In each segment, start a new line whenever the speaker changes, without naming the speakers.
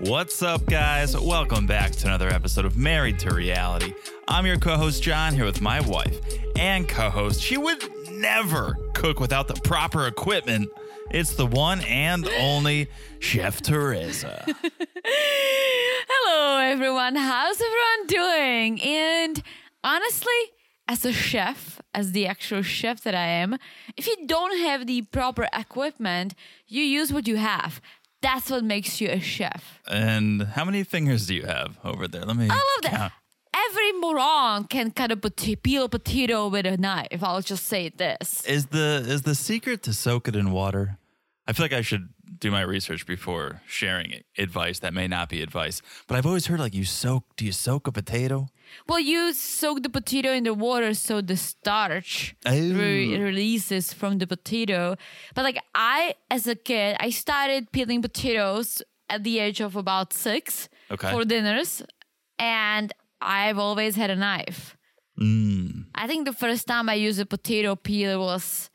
What's up, guys? Welcome back to another episode of Married to Reality. I'm your co host, John, here with my wife and co host. She would never cook without the proper equipment. It's the one and only Chef Teresa.
Hello, everyone. How's everyone doing? And honestly, as a chef, as the actual chef that I am, if you don't have the proper equipment, you use what you have. That's what makes you a chef.
And how many fingers do you have over there? Let me.
I love that. Every moron can cut a pota- peel a potato with a knife. I'll just say this.
Is the is the secret to soak it in water? I feel like I should do my research before sharing advice that may not be advice. But I've always heard like you soak. Do you soak a potato?
Well, you soak the potato in the water so the starch re-
Oh.
releases from the potato. But like I, as a kid, I started peeling potatoes at the age of about six
Okay.
for dinners, and I've always had a knife.
Mm.
I think the first time I used a potato peeler was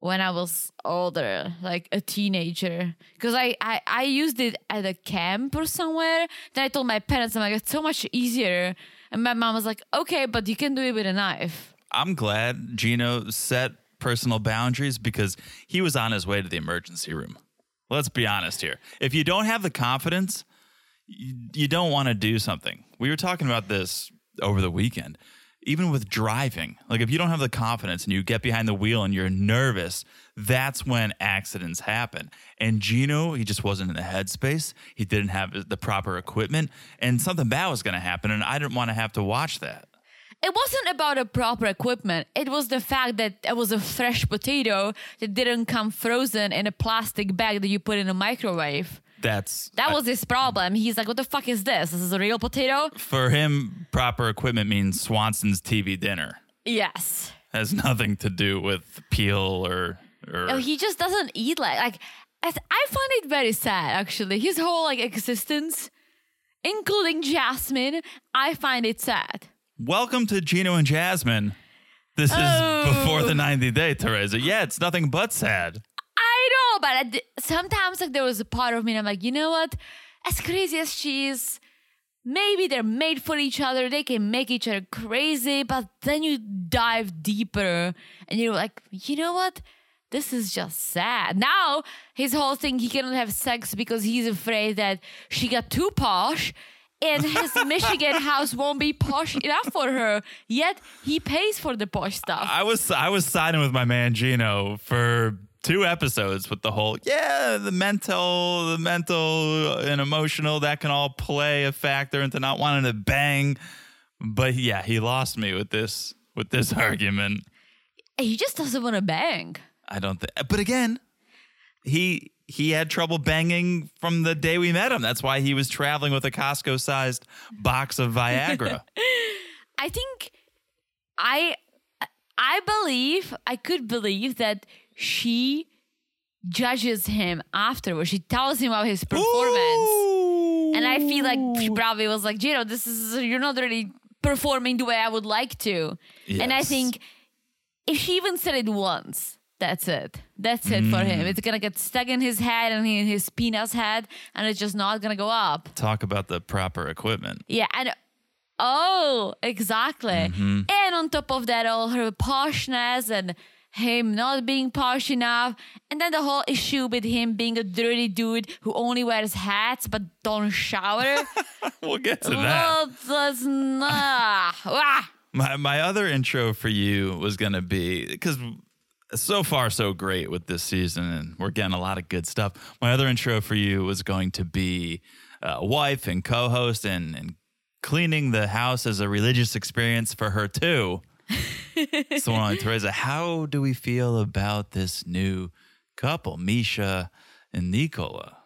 when I was older, like a teenager. Because I, I, I used it at a camp or somewhere. Then I told my parents, I'm like, it's so much easier. And my mom was like, okay, but you can do it with a knife.
I'm glad Gino set personal boundaries because he was on his way to the emergency room. Let's be honest here. If you don't have the confidence, y- you don't want to do something. We were talking about this over the weekend. Even with driving, like if you don't have the confidence and you get behind the wheel and you're nervous, that's when accidents happen. And Gino, he just wasn't in the headspace. He didn't have the proper equipment, and something bad was going to happen. And I didn't want to have to watch that.
It wasn't about a proper equipment. It was the fact that it was a fresh potato that didn't come frozen in a plastic bag that you put in a microwave.
That's
That was his problem. He's like, what the fuck is this? This is a real potato?
for him, proper equipment means Swanson's TV dinner.
Yes.
Has nothing to do with peel or or
Oh, he just doesn't eat like like. I th- I find it very sad, actually. His whole like existence, including Jasmine, I find it sad.
Welcome to Gino and Jasmine. This is
Oh.
before the 90 day, Teresa. Yeah, it's nothing but sad.
I know, but I d- sometimes like there was a part of me, and I'm like, you know what? As crazy as she is, maybe they're made for each other. They can make each other crazy, but then you dive deeper, and you're like, you know what? This is just sad. Now his whole thing, he cannot have sex because he's afraid that she got too posh. And his Michigan house won't be posh enough for her. Yet he pays for the posh stuff.
I was I was siding with my man Gino for two episodes with the whole yeah the mental the mental and emotional that can all play a factor into not wanting to bang, but yeah he lost me with this with this argument.
He just doesn't want to bang.
I don't think. But again, he he had trouble banging from the day we met him. That's why he was traveling with a Costco-sized box of Viagra.
I think I I believe I could believe that she judges him afterwards. She tells him about his performance. And I feel like she probably was like, Gino, this is you're not really performing the way I would like to. And I
Yes.
think if she even said it once, that's it. That's it for him. It's gonna get stuck in his head and in his penis head, and it's just not gonna go up.
talk about the proper equipment.
Yeah, and oh, exactly.
Mm-hmm.
And on top of that, all her poshness and him not being posh enough, and then the whole issue with him being a dirty dude who only wears hats but don't shower.
We'll get to that.
well, that's not. Ah, Wah.
My my other intro for you was gonna be because so far so great with this season, and we're getting a lot of good stuff. My other intro for you was going to be uh, wife and co-host and and cleaning the house as a religious experience for her too. so, on Teresa, how do we feel about this new couple, Misha and Nicola?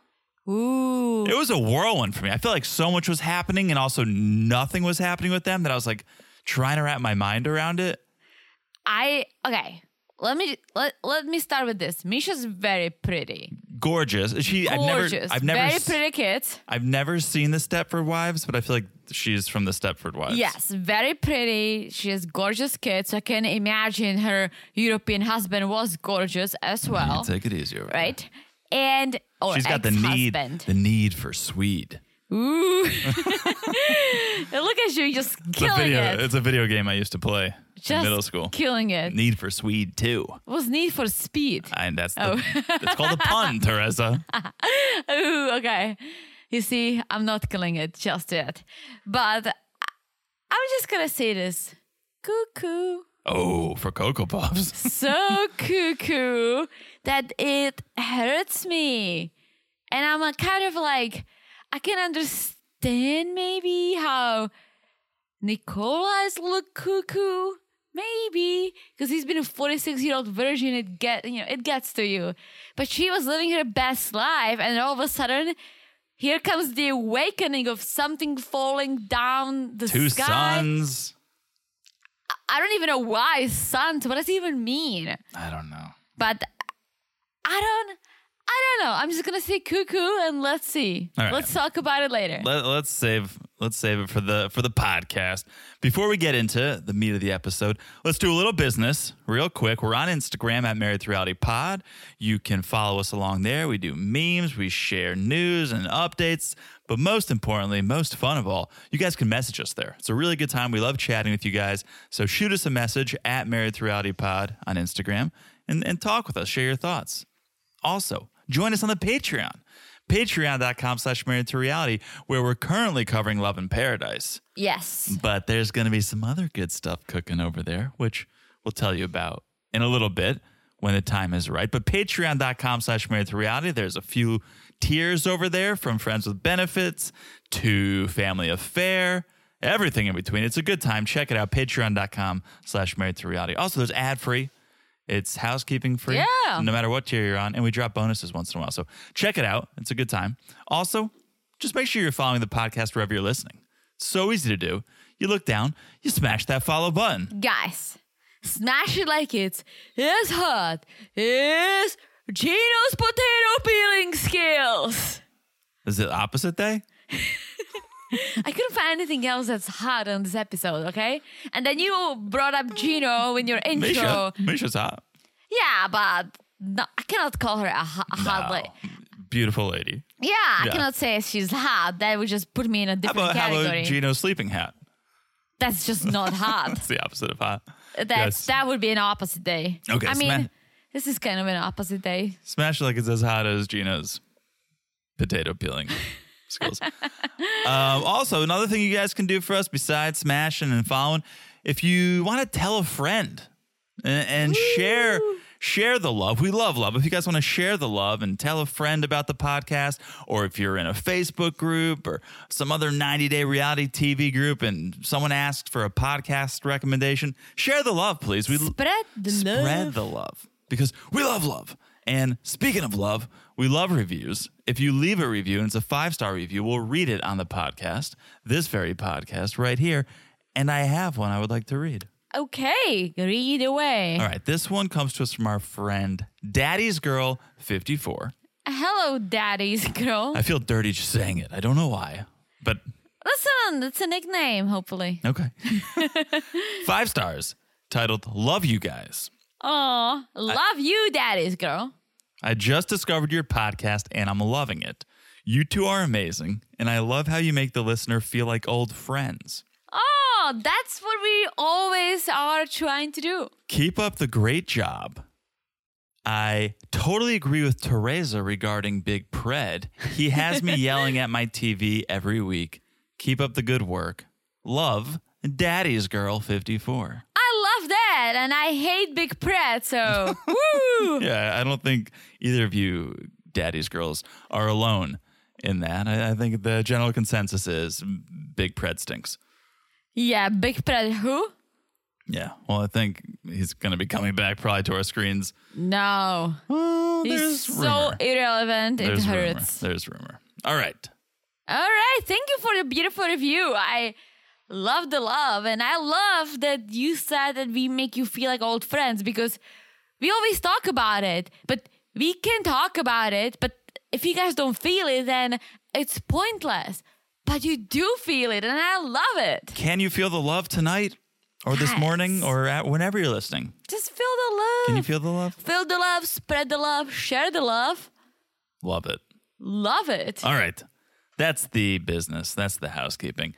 Ooh.
It was a whirlwind for me. I feel like so much was happening and also nothing was happening with them that I was like trying to wrap my mind around it.
I okay. Let me let, let me start with this. Misha's very pretty.
gorgeous. She
Gorgeous.
I've never I've never
Very
s-
pretty kid.
I've never seen the Stepford Wives, but I feel like she's from the Stepford Wives.
Yes, very pretty. She has gorgeous kids. I can imagine her European husband was gorgeous as well,
Take it easy over there.
right? And or
She's got the need
ex-husband.
the need for Swede.
Ooh. Look at you, just
It's a
killing
video
it.
it's a video game I used to play in
Just
middle school.
killing it.
Need for Swede too.
was Need for Speed.
And that's the,
Oh.
it's called a pun, Teresa.
Ooh, okay. You see, I'm not killing it just yet. But I- I'm just gonna say this. Cuckoo.
Oh, for Cocoa Puffs.
So cuckoo that it hurts me. And I'm uh, kind of like, I can understand maybe how Nicolas look cuckoo. Maybe because he's been a 46 year old virgin, it get you know it gets to you. But she was living her best life, and all of a sudden, here comes the awakening of something falling down the
Two
sky.
sons.
I don't even know why sons. What does it even mean?
I don't know.
but I don't. I don't know. I'm just gonna say cuckoo and let's see.
All right.
Let's talk about it later.
Let, let's save let's save it for the for the podcast. Before we get into the meat of the episode, let's do a little business real quick. We're on Instagram at Married Through Reality Pod. You can follow us along there. We do memes, we share news and updates, but most importantly, most fun of all, you guys can message us there. It's a really good time. We love chatting with you guys. So shoot us a message at Married Through Reality Pod on Instagram and, and talk with us. Share your thoughts. Also, join us on the Patreon. Patreon.com slash married to reality, where we're currently covering Love in Paradise.
yes.
But there's going to be some other good stuff cooking over there, which we'll tell you about in a little bit when the time is right. But patreon.com slash married to reality, there's a few tiers over there from friends with benefits to family affair, everything in between. It's a good time. Check it out. Patreon.com slash married to reality. Also, there's ad free. It's housekeeping free.
Yeah.
No matter what tier you're on. And we drop bonuses once in a while. So check it out. It's a good time. Also, just make sure you're following the podcast wherever you're listening. So easy to do. You look down, you smash that follow button.
Guys, smash it like it's it's hot. It's Gino's potato peeling skills.
Is it opposite day?
I couldn't find anything else that's hot on this episode, okay? And then you brought up Gino in your intro.
Misha. Misha's hot.
Yeah, but no, I cannot call her a, ho- a hot
Wow.
lady.
Beautiful lady.
Yeah, I
Yeah.
cannot say she's hot. That would just put me in a
How
different
about, how
category.
about Gino's sleeping hat?
that's just not hot.
It's the opposite of hot.
That
Yes.
that would be an opposite day.
Okay,
I mean,
sma-
this is kind of an opposite day.
Smash it like it's as hot as Gino's potato peeling skills. um, also, another thing you guys can do for us besides smashing and following, if you want to tell a friend and, and share share the love. We love love. If you guys want to share the love and tell a friend about the podcast, or if you're in a Facebook group or some other 90 day reality TV group and someone asks for a podcast recommendation, share the love, please. We
Spread the
spread
love.
the love because we love love. And speaking of love, we love reviews. If you leave a review and it's a five star review, we'll read it on the podcast, this very podcast right here. And I have one I would like to read.
Okay, read away.
All right, this one comes to us from our friend Daddy's Girl 54.
Hello, daddy's girl.
I feel dirty just saying it. I don't know why, but
Listen, it's a nickname. Hopefully.
okay. five stars titled Love You Guys.
Oh, love you, daddy's girl.
I just discovered your podcast and I'm loving it. You two are amazing, and I love how you make the listener feel like old friends.
Oh, that's what we always are trying to do.
Keep up the great job. I totally agree with Teresa regarding Big Pred. He has me yelling at my TV every week. Keep up the good work. Love, Daddy's Girl 54.
I love that, and I hate Big Pret. So, woo!
Yeah, I don't think either of you daddy's girls are alone in that. I, I think the general consensus is Big Pred stinks.
Yeah, Big Pret. Who?
Yeah. Well, I think he's going to be coming back probably to our screens.
No,
Well,
he's
there's
so
rumor.
irrelevant.
There's
it hurts.
rumor. There's rumor. All right.
All right. Thank you for the beautiful review. I love the love. And I love that you said that we make you feel like old friends because we always talk about it. But we can talk about it, but if you guys don't feel it, then it's pointless. But you do feel it, and I love it.
Can you feel the love tonight or this
Yes.
morning or at whenever you're listening?
Just feel the love.
Can you feel the love?
feel the love, spread the love, share the love.
Love it.
Love it.
All right. That's the business. That's the housekeeping.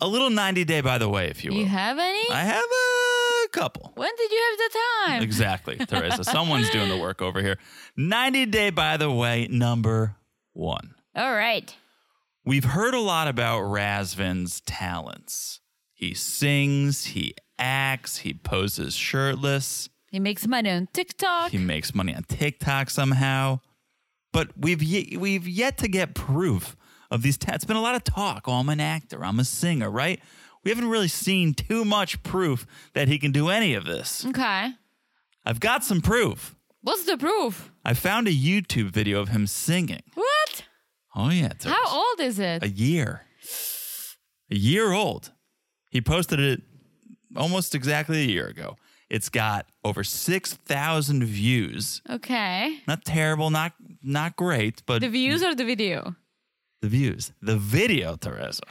A little 90 day, by the way, if you will.
you have any?
I have a couple.
when did you have the time?
Exactly, Teresa. Someone's doing the work over here. 90 day, by the way, number one.
All right.
We've heard a lot about Razvin's talents. He sings, he acts, he poses shirtless,
He makes money on TikTok.
he makes money on TikTok somehow. But we've ye- we've yet to get proof of these. Ta- it's been a lot of talk. Oh, I'm an actor. I'm a singer, right? We haven't really seen too much proof that he can do any of
Mm.
this.
okay.
I've got some proof.
What's the proof?
I found a YouTube video of him singing.
What?
Oh yeah, it's
How old is it?
a year. A year old. He posted it almost exactly a year ago. It's got over 6,000 views.
okay.
Not terrible, not not great, but
The views or the video?
the views. The video, Teresa.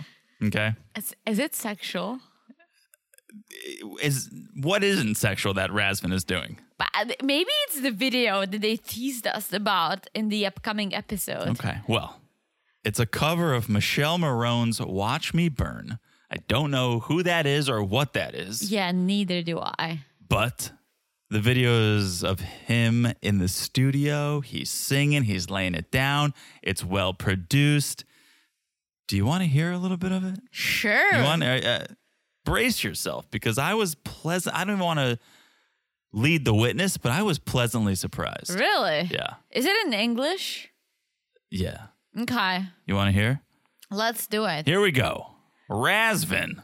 Okay.
Is, is it sexual?
Is what isn't sexual that Rasvin is doing?
But uh, maybe it's the video that they teased us about in the upcoming episode.
Okay. Well, it's a cover of Michelle Marone's Watch Me Burn. I don't know who that is or what that is.
Yeah, neither do I.
But the videos of him in the studio, he's singing, he's laying it down. It's well produced. Do you want to hear a little bit of it?
Sure.
You want uh, uh, brace yourself because I was pleasant. I don't even want to lead the witness, but I was pleasantly surprised.
really?
Yeah,
Is it in English?
yeah.
Okay.
You want to hear?
Let's do it.
Here we go. Razvin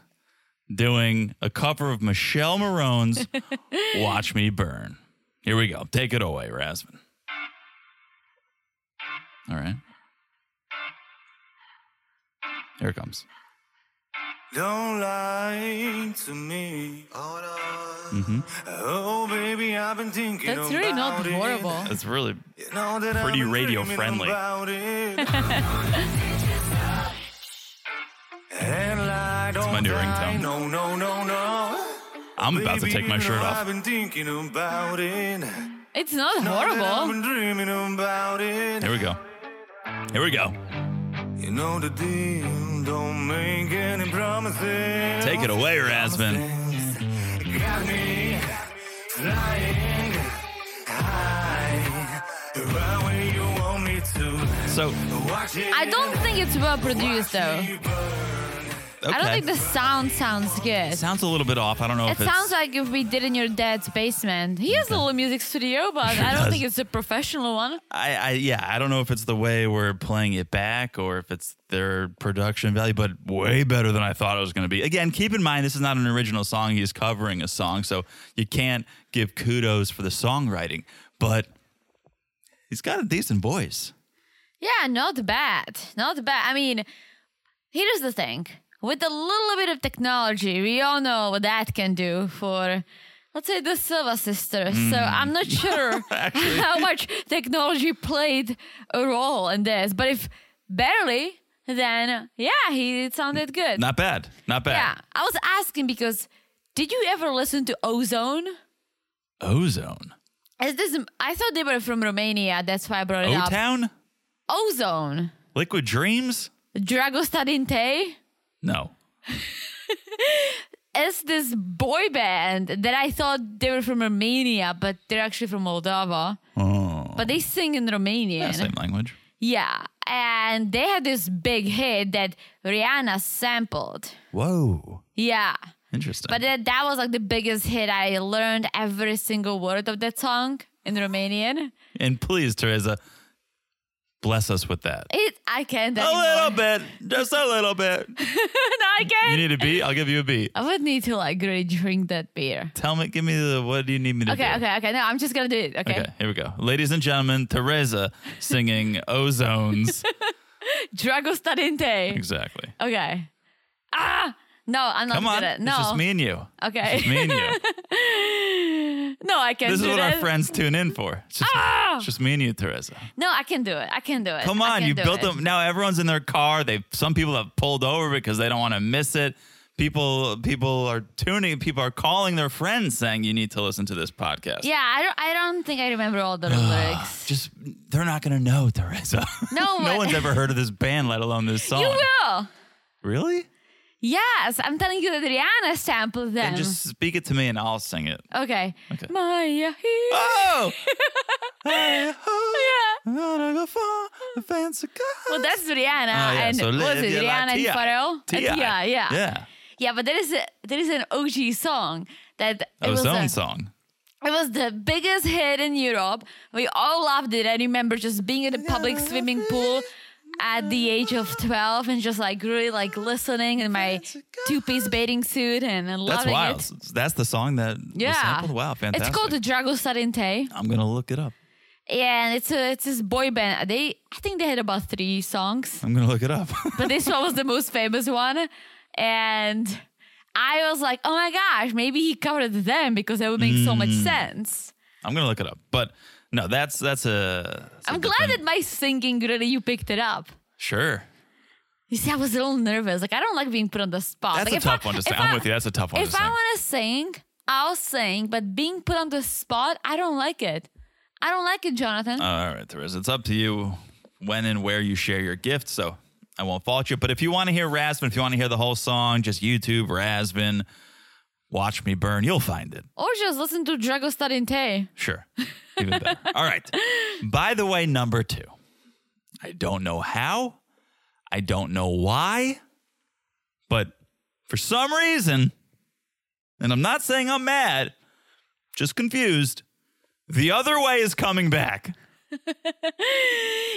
doing a cover of Michelle Marone's "Watch Me Burn." Here we go. Take it away, Razvin. All right. Here it comes.
Don't lie to me. Oh, no.
Mm-hmm.
baby, I've been thinking
That's really not
about it.
horrible.
It's really
You know that I've
Pretty
been
radio
dreaming
friendly.
about it. and lie, don't
my new
lie.
ringtone.
No, no, no, no.
I'm about to
Baby,
take my
you
shirt
know I've
off.
been thinking about it.
It's not
Know that I've
horrible.
been dreaming about it.
Here we go. Here we go.
You know the deal, don't make any promises.
Take it away, Razvin.
Got me flying high. Right where you want me to.
So,
Watch it
I don't think it's well produced though.
okay.
I don't think the sound sounds good.
sounds a little bit off. I don't know
It
if it's
sounds like if we did in your dad's basement. He has a little music studio, but
Sure
I don't
does.
think it's a professional one.
I, I yeah, I don't know if it's the way we're playing it back or if it's their production value, but way better than I thought it was going to be. Again, keep in mind this is not an original song; he's covering a song, so you can't give kudos for the songwriting. But he's got a decent voice.
Yeah, not bad. Not bad. I mean, here's the thing. With a little bit of technology, we all know what that can do for let's say the Silva sisters. So
Hmm.
I'm not sure how much technology played a role in this. But if barely, then yeah, he it sounded good.
Not bad, not
yeah.
bad.
I was asking because did you ever listen to Ozone?
Ozone,
Is this? I thought they were from Romania. That's why I brought it
O
up.
Town,
Ozone,
Liquid Dreams.
Dragostea Dinte
No,
is this boy band that I thought they were from Romania, but they're actually from Moldova. But they sing in
Oh. Yeah,
Romanian.
same language.
yeah, and they had this big hit that Rihanna sampled.
Whoa,
Yeah.
interesting.
But that, that was like the biggest hit. I learned every single word of that song in Romanian.
and please, Teresa, bless us with that.
It I can't
A
anymore.
little bit, just a little bit.
no, I
You
can't.
need a beat? I'll give you a beat.
I would need to like really drink that beer.
Tell me, give me the what do you need me to
Okay,
do?
okay, okay. No, I'm just gonna do it. Okay.
Okay, here we go. Ladies and gentlemen, Teresa singing Ozones.
Drago Stadinte.
exactly.
Okay. Ah, no, I'm not
Come
good
on.
at
It's just
no.
me and you.
Okay.
It's just me and you.
no, No, I can't
This is
do
what
that.
our friends tune in for. It's just, it's just me and you, Teresa.
No, Ah! I can do it. I can do it.
Come
I
on,
can
you
do
built
it.
them. Now everyone's in their car. They some people have pulled over because they don't want to miss it. People people are tuning. People are calling their friends saying you need to listen to this podcast.
Yeah, I don't. I don't think I remember all
Oh.
the lyrics.
Just they're not gonna know Teresa.
No one-
one's ever heard of this band, let alone this song.
You will.
Really?
Yes, I'm telling you that Rihanna sampled them.
And just speak it to me, and I'll sing it.
okay.
Okay.
Maya.
Oh! Hey, ho,
Yeah.
I'm gonna go for the fancy guy.
Well, that's Rihanna
Oh, yeah.
and
So
was
Lady
it
Di
Rihanna and
Ti.
Pharrell? Uh,
Ti.
Yeah, yeah,
Yeah.
Yeah, But there is a, there is an OG song that it uh,
That was
a-
own song.
It was the biggest hit in Europe. We all loved it. I remember just being in a public swimming pool at the age of 12 and just like really like listening in my two-piece bathing suit and, and
That's
loving
wild.
it.
That's the song that
Yeah.
was sampled. Wow, fantastic.
It's called the Drago Sarente.
I'm gonna look it up.
Yeah, and it's a, it's this boy band. They I think they had about 3 songs,
I'm gonna look it up.
but this one was the most famous one and I was like, "Oh my gosh, maybe he covered them because that would make so
Mm.
much sense."
I'm gonna look it up. But no, that's that's a. that's a
I'm
good
glad
thing.
that my singing really you picked it up.
Sure.
You see, I was a little nervous. Like I don't like being put on the spot.
That's
like,
a
if
tough
I-
one to
if
sing. I'm
I-
with you. That's a tough one to
If
sing.
I want to sing, I'll sing. But being put on the spot, I don't like it. I don't like it, Jonathan.
All right, Therese. It's up to you when and where you share your gift. So I won't fault you. But if you want to hear Rasvin, if you want to hear the whole song, just YouTube Rasvin, Watch Me Burn. You'll find it.
or just listen to Drago Starinte.
Sure. Even better. All right. By the way, number two. I don't know how. I don't know why. But for some reason, and I'm not saying I'm mad, just confused, the other way is coming back.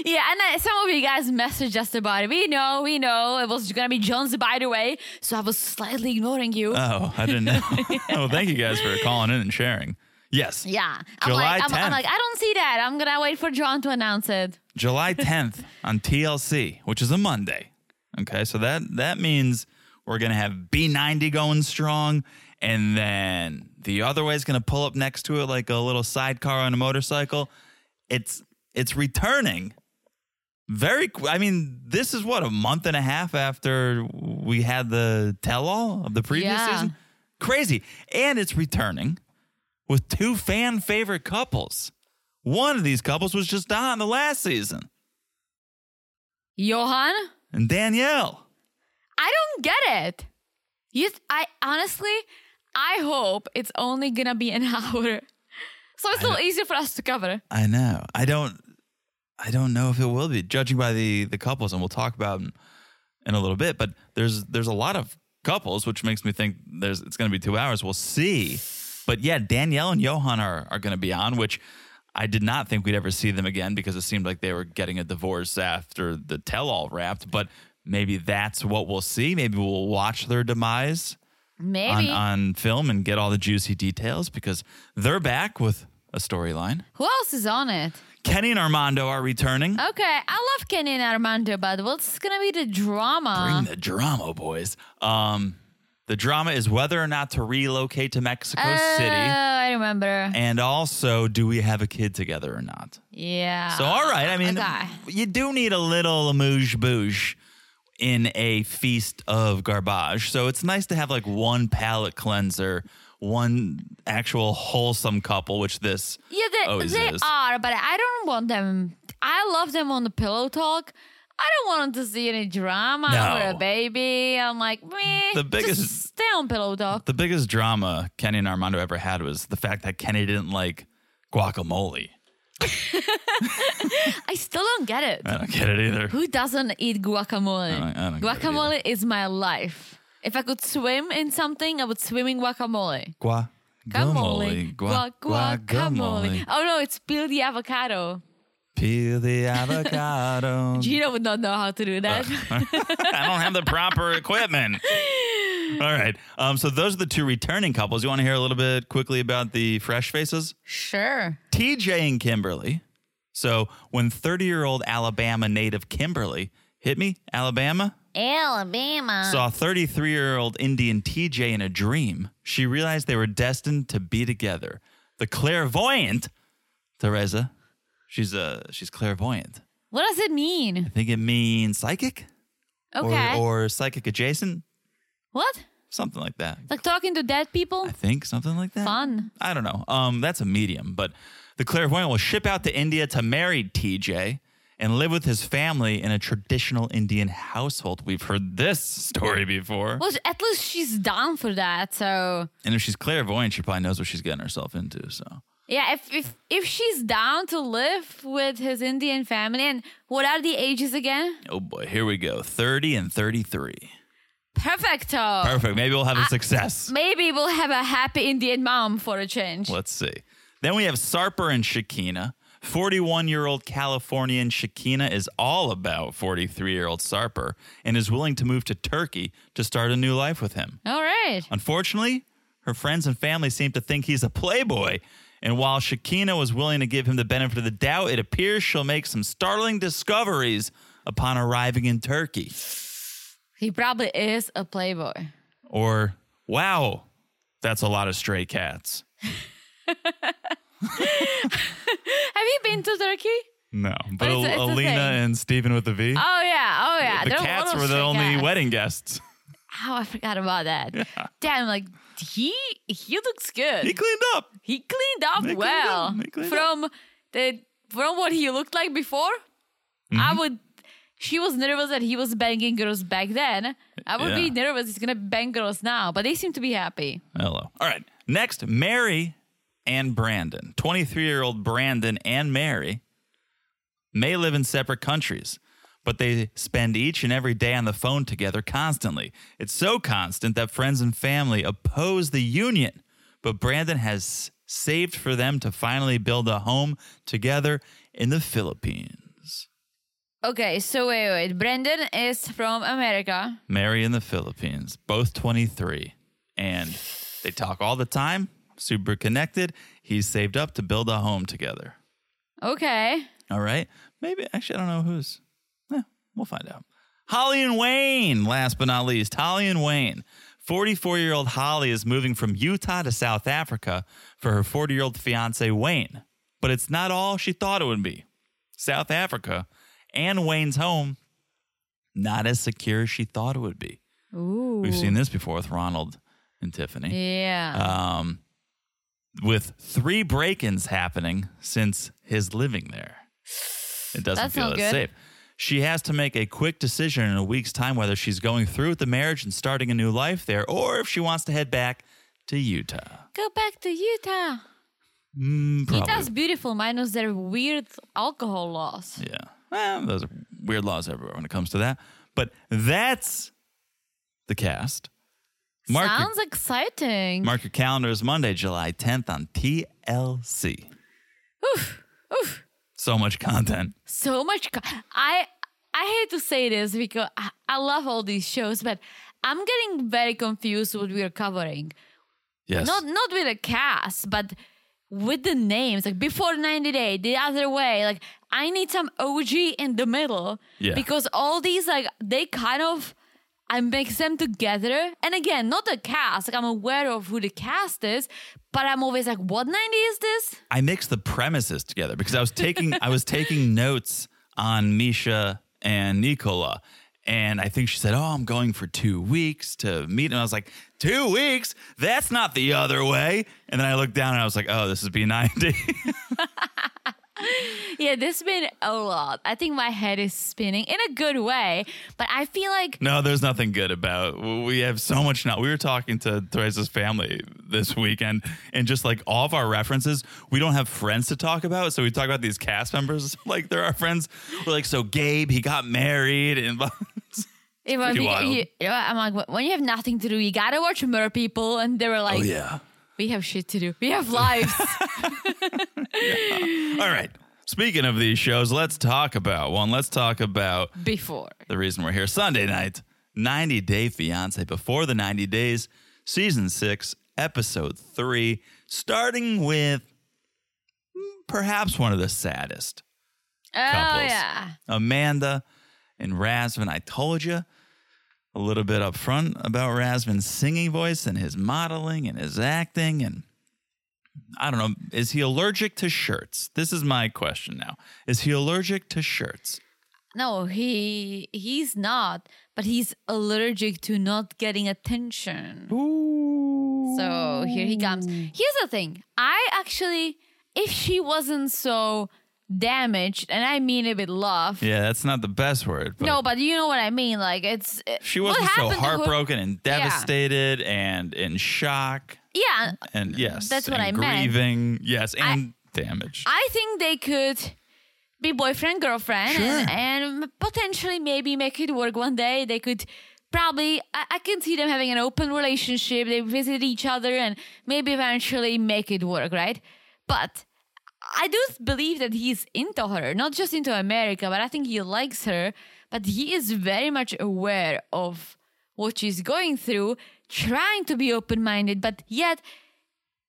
Yeah, and uh, some of you guys messaged us about it. We know, we know. It was gonna be Jones, by the way. So I was slightly ignoring you.
Oh, I didn't know. well, thank you guys for calling in and sharing. Yes.
yeah,
July
I'm like, I'm, I'm
10th.
like, I don't see that. I'm gonna wait for John to announce it.
July 10th on TLC, which is a Monday. Okay, so that that means we're gonna have B90 going strong, and then the other way is gonna pull up next to it like a little sidecar on a motorcycle. It's it's returning very. qu- I mean, this is what a month and a half after we had the tell-all of the previous
Yeah.
season. Crazy, and it's returning with two fan favorite couples. One of these couples was just on the last season,
Johan,
and Danielle.
I don't get it. You, th- I honestly, I hope it's only gonna be an hour, so it's a little easier for us to cover.
I know. I don't. I don't know if it will be, judging by the the couples, and we'll talk about them in a little bit. But there's there's a lot of couples, which makes me think there's it's going to be two hours. We'll see. But yeah, Danielle and Johan are are going to be on, which I did not think we'd ever see them again because it seemed like they were getting a divorce after the tell all wrapped. But maybe that's what we'll see. Maybe we'll watch their demise on,
Maybe
on film and get all the juicy details because they're back with a storyline.
who else is on it?
Kenny and Armando are returning.
Okay, I love Kenny and Armando, but what's gonna be the drama?
Bring the drama, boys. Um, the drama is whether or not to relocate to Mexico
oh,
City,
I remember.
and also do we have a kid together or not.
Yeah.
So, all right, I mean,
okay.
you do need a little amuse bouche in a feast of garbage. So it's nice to have like one palate cleanser, one actual wholesome couple, which this
Yeah, they,
always
they
Oh, is.
are, but I don't want them. I love them on the pillow talk. I don't want them to see any drama
No.
or a baby. I'm like, meh.
The
just
biggest-
stay on pillow talk.
The biggest drama Kenny and Armando ever had was the fact that Kenny didn't like guacamole.
I still don't get it.
I don't get it either.
Who doesn't eat
I
guacamole?
don't- I don't get it
guacamole is my life. If I could swim in something, I would swim in guacamole.
Gua.
Guacamole.
Gua- guacamole.
Oh no, it's peel the avocado.
Peel the avocado.
Gina would not know how to do that.
I don't have the proper equipment. All right. Um, so those are the two returning couples. You want to hear a little bit quickly about the fresh faces?
sure.
TJ and Kimberly. So when 30 year old Alabama native Kimberly hit me, Alabama,
Alabama.
saw 33 year old Indian TJ in a dream, she realized they were destined to be together. the clairvoyant Teresa. She's uh she's clairvoyant.
What does it mean?
I think it means psychic
Okay.
or, or psychic adjacent,
what?
something like that.
Like talking to dead people?
I think something like that.
Fun.
I don't know. Um, that's a medium, but the clairvoyant will ship out to India to marry TJ and live with his family in a traditional Indian household. We've heard this story before.
Well, at least she's down for that. So
And if she's clairvoyant, she probably knows what she's getting herself into. So
yeah, if if if she's down to live with his Indian family, and what are the ages again?
Oh boy, here we go. 30 and 33.
Perfecto.
Perfect. Maybe we'll have a success.
Maybe we'll have a happy Indian mom for a change.
Let's see. Then we have Sarper and Shakina. 41 year old Californian Shakina is all about 43 year old Sarper and is willing to move to Turkey to start a new life with him.
All right.
Unfortunately, her friends and family seem to think he's a playboy. And while Shakina was willing to give him the benefit of the doubt, it appears she'll make some startling discoveries upon arriving in Turkey.
He probably is a playboy.
or wow, that's a lot of stray cats.
Have you been to Turkey?
No, but
it's a- it's a
Alina
thing.
and Steven with the V.
Oh yeah, oh yeah.
the
There are a lot
cats
of
were the
stray
only
cats.
wedding guests.
Oh, I forgot about that. Damn, like he he looks good.
He cleaned up.
He cleaned up
He cleaned
well
up. He cleaned
from the from what he looked like before.
Mm-hmm.
I would. She was nervous that he was banging girls back then. I would be
Yeah.
nervous he's gonna bang girls now, but they seem to be happy.
Hello. All right. Next, Mary and Brandon. 23 year old Brandon and Mary may live in separate countries, but they spend each and every day on the phone together constantly. It's so constant that friends and family oppose the union, but Brandon has saved for them to finally build a home together in the Philippines.
Okay, so wait, wait. Brendan is from America.
Mary in the Philippines, both 23. And they talk all the time, super connected. He's saved up to build a home together.
Okay.
All right. Maybe, actually, I don't know who's. Yeah, we'll find out. Holly and Wayne, last but not least. Holly and Wayne. 44 year old Holly is moving from Utah to South Africa for her 40 year old fiance, Wayne. But it's not all she thought it would be. South Africa and Wayne's home, not as secure as she thought it would be.
Ooh.
We've seen this before with Ronald and Tiffany.
Yeah.
Um, with three break ins happening since his living there, it doesn't
That's
feel as
not good.
safe. She has to make a quick decision in a week's time whether she's going through with the marriage and starting a new life there or if she wants to head back to Utah.
Go back to Utah.
Mm,
Utah's
probably.
beautiful, minus their weird alcohol laws.
Yeah. Well, those are weird laws everywhere when it comes to that. But that's the cast. Mark your-
Sounds exciting.
Mark your calendars Monday, July 10th on TLC.
Oof, oof.
So much content.
So much. Co- I I hate to say this because I, I love all these shows, but I'm getting very confused what we're covering.
Yes.
Not not with the cast, but with the names. Like before 90 Day, the other way. Like I need some OG in the middle
Yeah.
because all these like they kind of. I mix them together, and again, not the cast. Like I'm aware of who the cast is, but I'm always like, "What 90 is this?"
I mixed the premises together because I was taking I was taking notes on Misha and Nicola. And I think she said, Oh, I'm going for two weeks to meet. And I was like, Two weeks? That's not the other way. And then I looked down and I was like, Oh, this is B90.
Yeah, this has been a lot. I think my head is spinning in a good way, but I feel like
No, there's nothing good about. We have so much now. We were talking to Teresa's family this weekend, and just like all of our references, we don't have friends to talk about, so we talk about these cast members like they're our friends. We're like, so Gabe, he got married, and
it might
pretty
be-
wild.
you, you know, I'm like when you have nothing to do, you gotta watch Mer People, and they were like,
Oh, yeah.
"We have shit to do. We have lives."
All right. Speaking of these shows, let's talk about one. Let's talk about
before
the reason we're here Sunday night, 90 Day Fiance. Before the 90 days, season six, episode three, starting with mm, perhaps one of the saddest
oh
couples.
yeah,
Amanda and Rasvin. I told you a little bit up front about Rasvin's singing voice and his modeling and his acting and I don't know. Is he allergic to shirts? This is my question now. Is he allergic to shirts?
No, he he's not, but he's allergic to not getting attention. So here he comes. Here's the thing. I actually if she wasn't so damaged, and I mean it with love.
Yeah, that's not the best word. But
No, but you know what I mean. Like it's it-
she
what
wasn't so
happened to her-
heartbroken and devastated and in shock
Yeah.
and yes,
That's what
and
I meant.
grieving, yes, and damaged.
I think they could be boyfriend, girlfriend, and,
Sure.
and potentially maybe make it work one day. They could probably, I, I can see them having an open relationship. They visit each other and maybe eventually make it work, right? But I do believe that he's into her, not just into America, but I think he likes her. But he is very much aware of what she's going through, trying to be open minded, but yet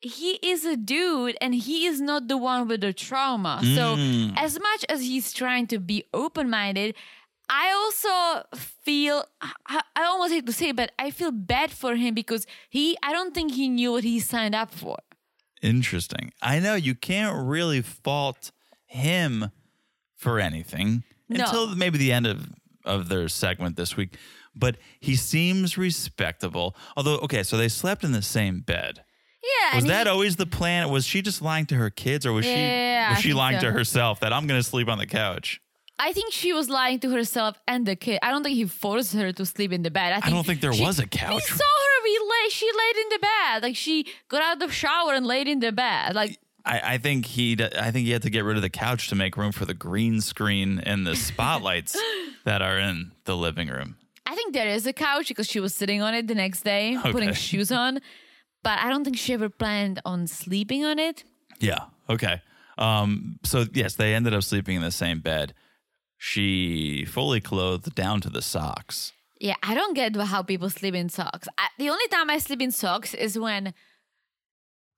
he is a dude and he is not the one with the trauma.
Mm.
So, as much as he's trying to be open minded, I also feel, I, I almost hate to say, it, but I feel bad for him because he, I don't think he knew what he signed up for.
Interesting. I know you can't really fault him for anything
No.
until maybe the end of, of their segment this week. But he seems respectable. Although, okay, so they slept in the same bed.
Yeah.
Was
and
that
he-
always the plan? Was she just lying to her kids, or was
Yeah,
she was
I
she
think
lying
so.
to herself that I'm going to sleep on the couch?
I think she was lying to herself and the kid. I don't think he forced her to sleep in the bed. I, think
don't think there
she-
was a couch.
We saw her. We lay, she laid in the bed. Like she got out of the shower and laid in the bed. Like
I, I think he d- I think he had to get rid of the couch to make room for the green screen and the spotlights that are in the living room.
I think there is a couch because she was sitting on it the next day, putting
Okay.
shoes on. But I don't think she ever planned on sleeping on it.
Yeah. Okay. Um, so yes, they ended up sleeping in the same bed. She fully clothed down to the socks.
Yeah, I don't get how people sleep in socks. I, the only time I sleep in socks is when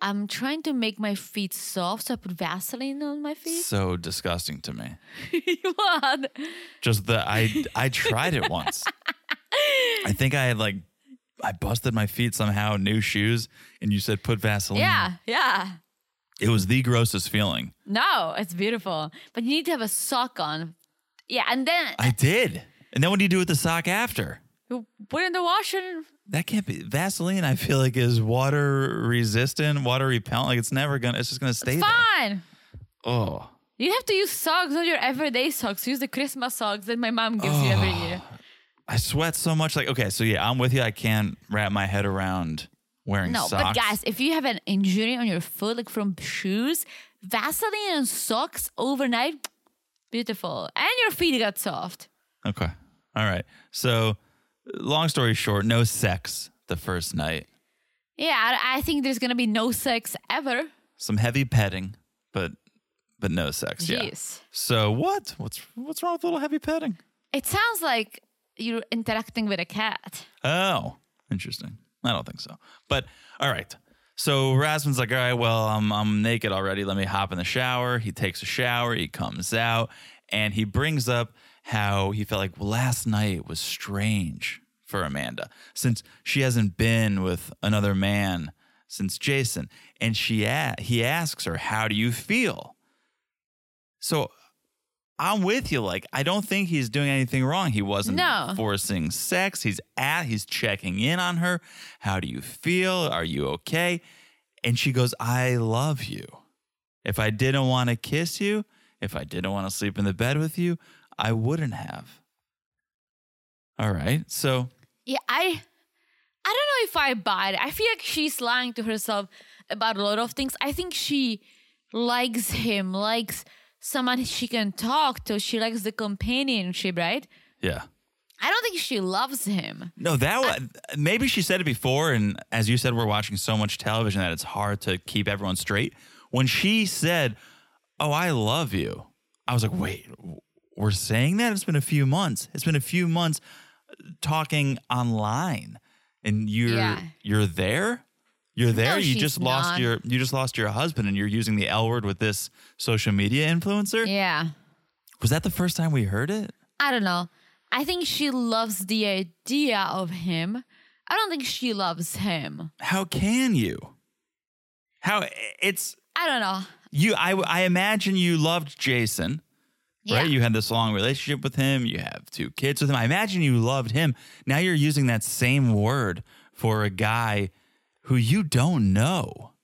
I'm trying to make my feet soft, so I put Vaseline on my feet.
So disgusting to me.
what?
Just the I I tried it once. I think I had like I busted my feet somehow, new shoes, and you said put Vaseline.
Yeah, yeah.
It was the grossest feeling.
No, it's beautiful. But you need to have a sock on. Yeah, and then
I did. And then what do you do with the sock after?
you put it in the washer.
That can't be Vaseline. I feel like is water resistant, water repellent. Like it's never gonna. It's just gonna stay there.
Fine.
Oh,
You have to use socks, not your everyday socks. Use the Christmas socks that my mom gives you every year.
I sweat so much. Like okay, so yeah, I'm with you. I can't wrap my head around wearing
No,
socks.
but guys, if you have an injury on your foot, like from shoes, Vaseline and socks overnight, beautiful. And your feet got soft.
Okay. All right. So, long story short, no sex the first night.
Yeah, I, I think there's gonna be no sex ever.
Some heavy petting, but but no sex. Yeah.
Jeez.
So what? What's what's wrong with a little heavy petting?
It sounds like you're interacting with a cat.
Oh, interesting. I don't think so. But all right. So Rasmus like, all right, well, I'm I'm naked already. Let me hop in the shower. He takes a shower. He comes out, and he brings up how he felt like last night was strange for Amanda since she hasn't been with another man since Jason. And she a- he asks her, "How do you feel?" So I'm with you. Like, I don't think he's doing anything wrong. He wasn't
No.
forcing sex. He's at, he's checking in on her. How do you feel? Are you okay? And she goes, I love you. If I didn't want to kiss you, if I didn't want to sleep in the bed with you, I wouldn't have. All right. So,
Yeah, I I don't know if I buy it. I feel like she's lying to herself about a lot of things. I think she likes him, likes someone she can talk to. She likes the companionship, right?
yeah.
I don't think she loves him.
No, that was, maybe she said it before, and as you said, we're watching so much television that it's hard to keep everyone straight. When she said, "Oh, I love you," I was like, "Wait, w- we're saying that? It's been a few months. It's been a few months uh, talking online, and you're
Yeah.
you're there." You're there. you
she's
just lost
not.
your you just lost your husband, and you're using the L word with this social media influencer.
Yeah.
Was that the first time we heard it?
I don't know. I think she loves the idea of him. I don't think she loves him.
How can you? How it's
I don't know.
you? I I imagine you loved Jason,
Yeah.
right? You had this long relationship with him. You have two kids with him. I imagine you loved him. Now you're using that same word for a guy who you don't know.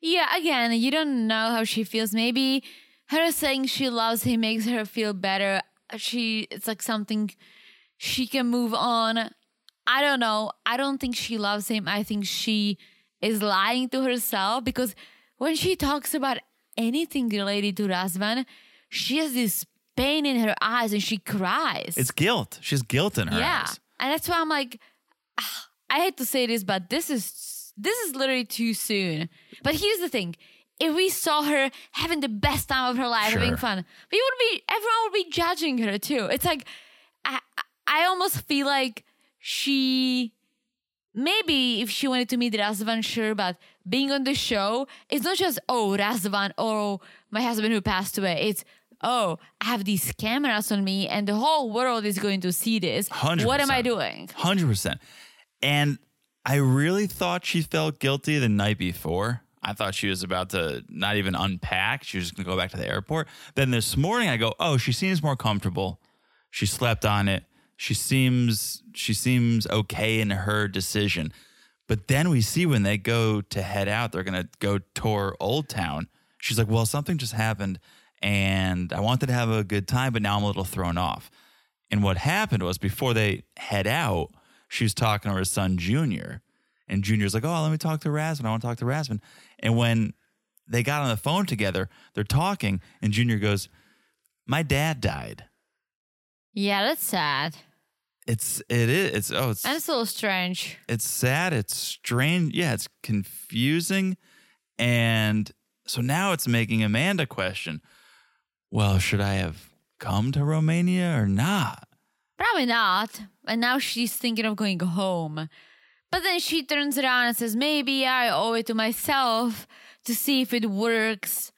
yeah, again, you don't know how she feels. Maybe her saying she loves him makes her feel better. She it's like something she can move on. I don't know. I don't think she loves him. I think she is lying to herself because when she talks about anything related to Razvan, she has this pain in her eyes and she cries.
It's guilt. She's guilt in her
yeah
eyes.
and that's why i'm like ah, i hate to say this but this is this is literally too soon but here's the thing if we saw her having the best time of her life having
Sure.
fun we would be everyone would be judging her too it's like i I- i almost feel like she maybe if she wanted to meet Razvan, sure, but being on the show, it's not just, oh, Razvan, oh, my husband who passed away. It's, oh, I have these cameras on me and the whole world is going to see this. What am I
100%.
doing?
Hundred percent. And I really thought she felt guilty the night before. I thought she was about to not even unpack. She was just gonna go back to the airport. Then this morning I go, Oh, she seems more comfortable. She slept on it. She seems she seems okay in her decision. But then we see when they go to head out, they're gonna go tour Old Town. She's like, Well, something just happened and I wanted to have a good time, but now I'm a little thrown off. And what happened was before they head out, she was talking to her son Junior. And Junior's like, Oh, let me talk to Rasmus. I want to talk to Rasmus. And when they got on the phone together, they're talking, and Junior goes, My dad died.
Yeah, that's sad.
It's it is it's oh it's
And it's a little strange.
it's sad, it's strange, yeah, it's confusing. And so now it's making Amanda question, well, should I have come to Romania or not?
Probably not. And now she's thinking of going home. But then she turns around and says, maybe I owe it to myself to see if it works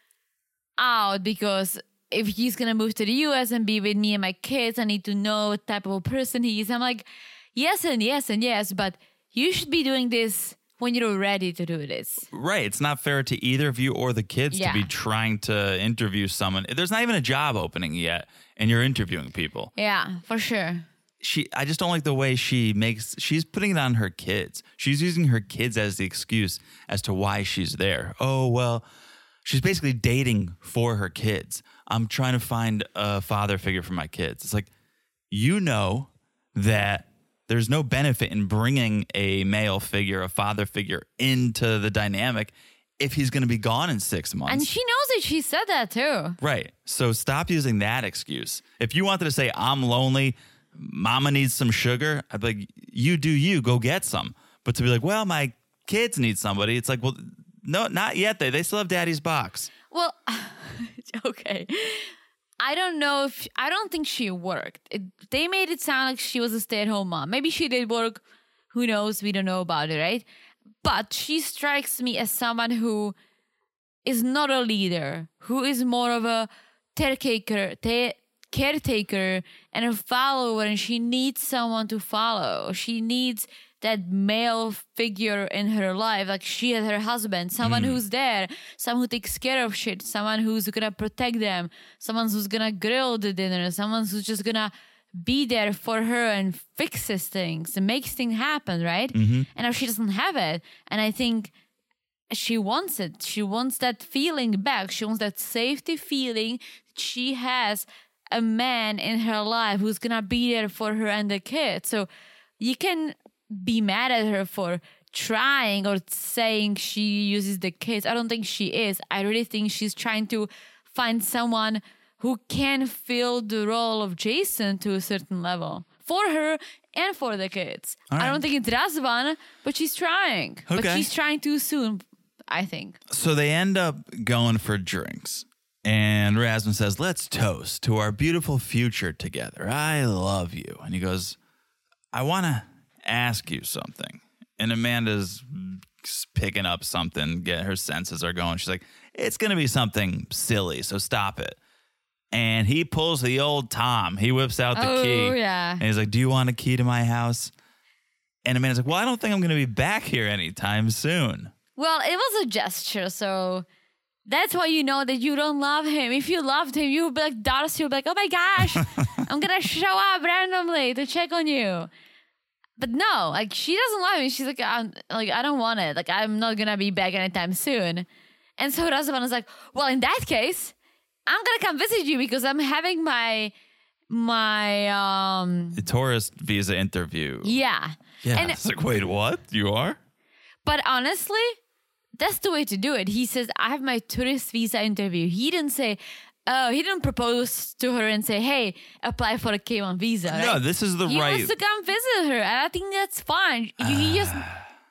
out because if he's going to move to the US and be with me and my kids, I need to know what type of a person he is. I'm like, yes, and yes, and yes, but you should be doing this when you're ready to do this.
Right. It's not fair to either of you or the kids
Yeah.
to be trying to interview someone. There's not even a job opening yet, and you're interviewing people.
Yeah, for sure.
She, I just don't like the way she makes. She's putting it on her kids. She's using her kids as the excuse as to why she's there. Oh well, she's basically dating for her kids. I'm trying to find a father figure for my kids. It's like you know that there's no benefit in bringing a male figure, a father figure into the dynamic if he's going to be gone in 6 months.
And she knows it. She said that too.
Right. So stop using that excuse. If you wanted to say, I'm lonely, mama needs some sugar, I'd be like, you do you, go get some. But to be like, well, my kids need somebody, it's like, well, no, not yet. They, they still have daddy's box.
Well, okay. I don't know if I don't think she worked. It, they made it sound like she was a stay-at-home mom. Maybe she did work. Who knows? We don't know about it, right? But she strikes me as someone who is not a leader, who is more of a caretaker, ta- caretaker and a follower, and she needs someone to follow. She needs that male figure in her life, like she has her husband, someone who's there, someone who takes care of shit, someone who's gonna protect them, someone who's gonna grill the dinner, someone who's just gonna be there for her and fixes things and makes things happen, right? And now she doesn't have it. And I think she wants it. She wants that feeling back. She wants that safety feeling. She has a man in her life who's gonna be there for her and the kid. So you can be mad at her for trying or saying she uses the kids. I don't think she is. I really think she's trying to find someone who can fill the role of Jason to a certain level for her and for the kids. I
right.
don't think it's Razvan, but she's trying. But
Okay.
she's trying too soon, I think.
So they end up going for drinks. And Rasmus says, Let's toast to our beautiful future together. I love you. And he goes, I want to ask you something. And Amanda's picking up something, get her senses are going. She's like, It's going to be something silly, so stop it. And he pulls the old Tom. He whips out the
Oh,
key.
yeah.
And he's like, Do you want a key to my house? And Amanda's like, Well, I don't think I'm going to be back here anytime soon.
Well, it was a gesture, so that's why you know that you don't love him. If you loved him, you would be like Darcy would be like, Oh my gosh, I'm gonna show up randomly to check on you. But no, like she doesn't love me. She's like, I'm like, I don't want it. Like I'm not gonna be back anytime soon. And so Razvan is like, Well, in that case, I'm gonna come visit you because I'm having my my um
The tourist visa interview.
yeah.
Yeah.
And
it's like, wait, what? You are?
But honestly, that's the way to do it. He says, I have my tourist visa interview. He didn't say, oh, he didn't propose to her and say, hey, apply for a K1 visa.
No,
right?
this is the
he
right. Ah.
wants to come visit her. And I think that's fine. He- he, just,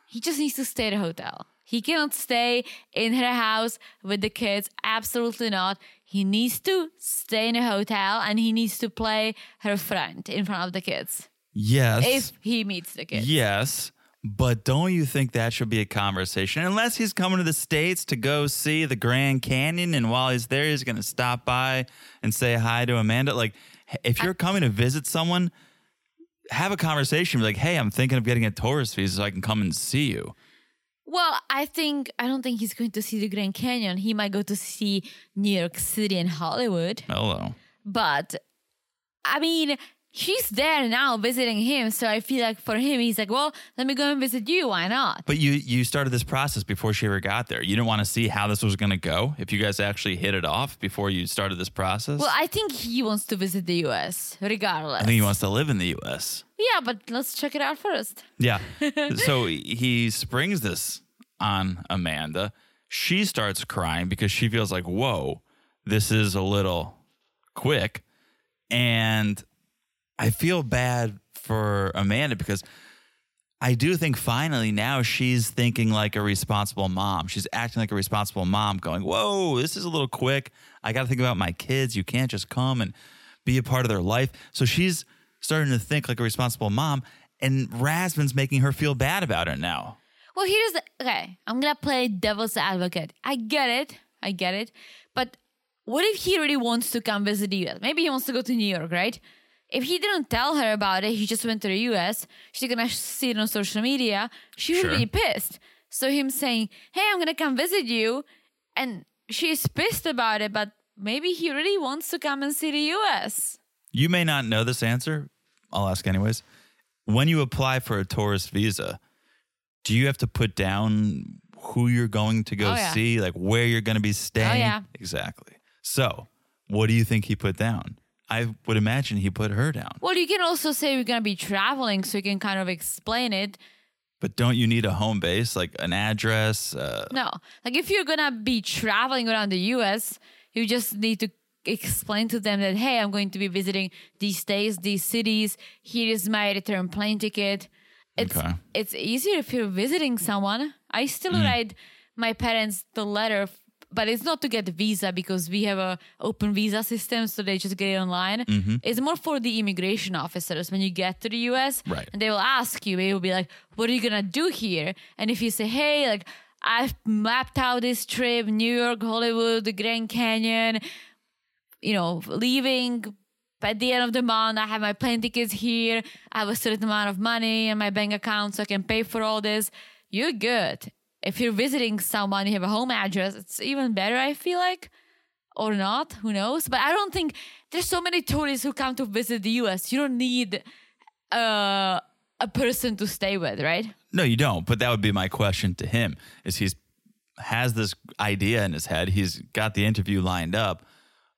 he just needs to stay at a hotel. He cannot stay in her house with the kids. Absolutely not. He needs to stay in a hotel and he needs to play her friend in front of the kids
yes.
if he meets the kids.
Yes, but don't you think that should be a conversation? Unless he's coming to the States to go see the Grand Canyon, and while he's there, he's going to stop by and say hi to Amanda. Like, h- if you're coming to visit someone, have a conversation. Be like, hey, I'm thinking of getting a tourist visa so I can come and see you.
Well, I think I don't think he's going to see the Grand Canyon. He might go to see New York City and Hollywood.
Hello.
But I mean, she's there now visiting him, so I feel like for him he's like, "Well, let me go and visit you. Why not?"
But you you started this process before she ever got there. You didn't want to see how this was going to go. If you guys actually hit it off before you started this process,
Well, I think he wants to visit the US regardless.
I think he wants to live in the U.S.
Yeah, but let's check it out first.
Yeah. so he springs this on Amanda. She starts crying because she feels like, whoa, this is a little quick. And I feel bad for Amanda because I do think finally now she's thinking like a responsible mom. She's acting like a responsible mom, going, Whoa, this is a little quick. I got to think about my kids. You can't just come and be a part of their life. So she's starting to think like a responsible mom. And Rasmus making her feel bad about it now.
Well, here's the okay. I'm gonna play devil's advocate. I get it. I get it. But what if he really wants to come visit the US? Maybe he wants to go to New York, right? If he didn't tell her about it, he just went to the US. She's gonna sh- see it on social media. She would
Sure.
be pissed. So him saying, "Hey, I'm gonna come visit you," and she's pissed about it. But maybe he really wants to come and see the US.
You may not know this answer. I'll ask anyways. When you apply for a tourist visa, do you have to put down who you're going to go
Oh, yeah. Oh,
see, like where you're going to be staying?
yeah.
Exactly. So, what do you think he put down? I would imagine he put her down.
Well, you can also say we're gonna be traveling, so you can kind of explain it.
But don't you need a home base, like an address? Uh,
No. Like if you're gonna be traveling around the US, you just need to explain to them that hey, I'm going to be visiting these states, these cities. Here is my return plane ticket. It's
Okay.
it's easier if you're visiting someone. I still write my parents the letter, f- but it's not to get the visa because we have a open visa system, so they just get it online. It's more for the immigration officers when you get to the US,
Right.
and they will ask you. They will be like, "What are you gonna do here?" And if you say, "Hey, like I've mapped out this trip: New York, Hollywood, the Grand Canyon," you know, leaving by the end of the month, I have my plane tickets here. I have a certain amount of money in my bank account, so I can pay for all this. You're good. If you're visiting someone, you have a home address. It's even better. I feel like or not. Who knows? But I don't think there's so many tourists who come to visit the U.S. You don't need uh, a person to stay with, right?
no, you don't. But that would be my question to him: is he's has this idea in his head? He's got the interview lined up.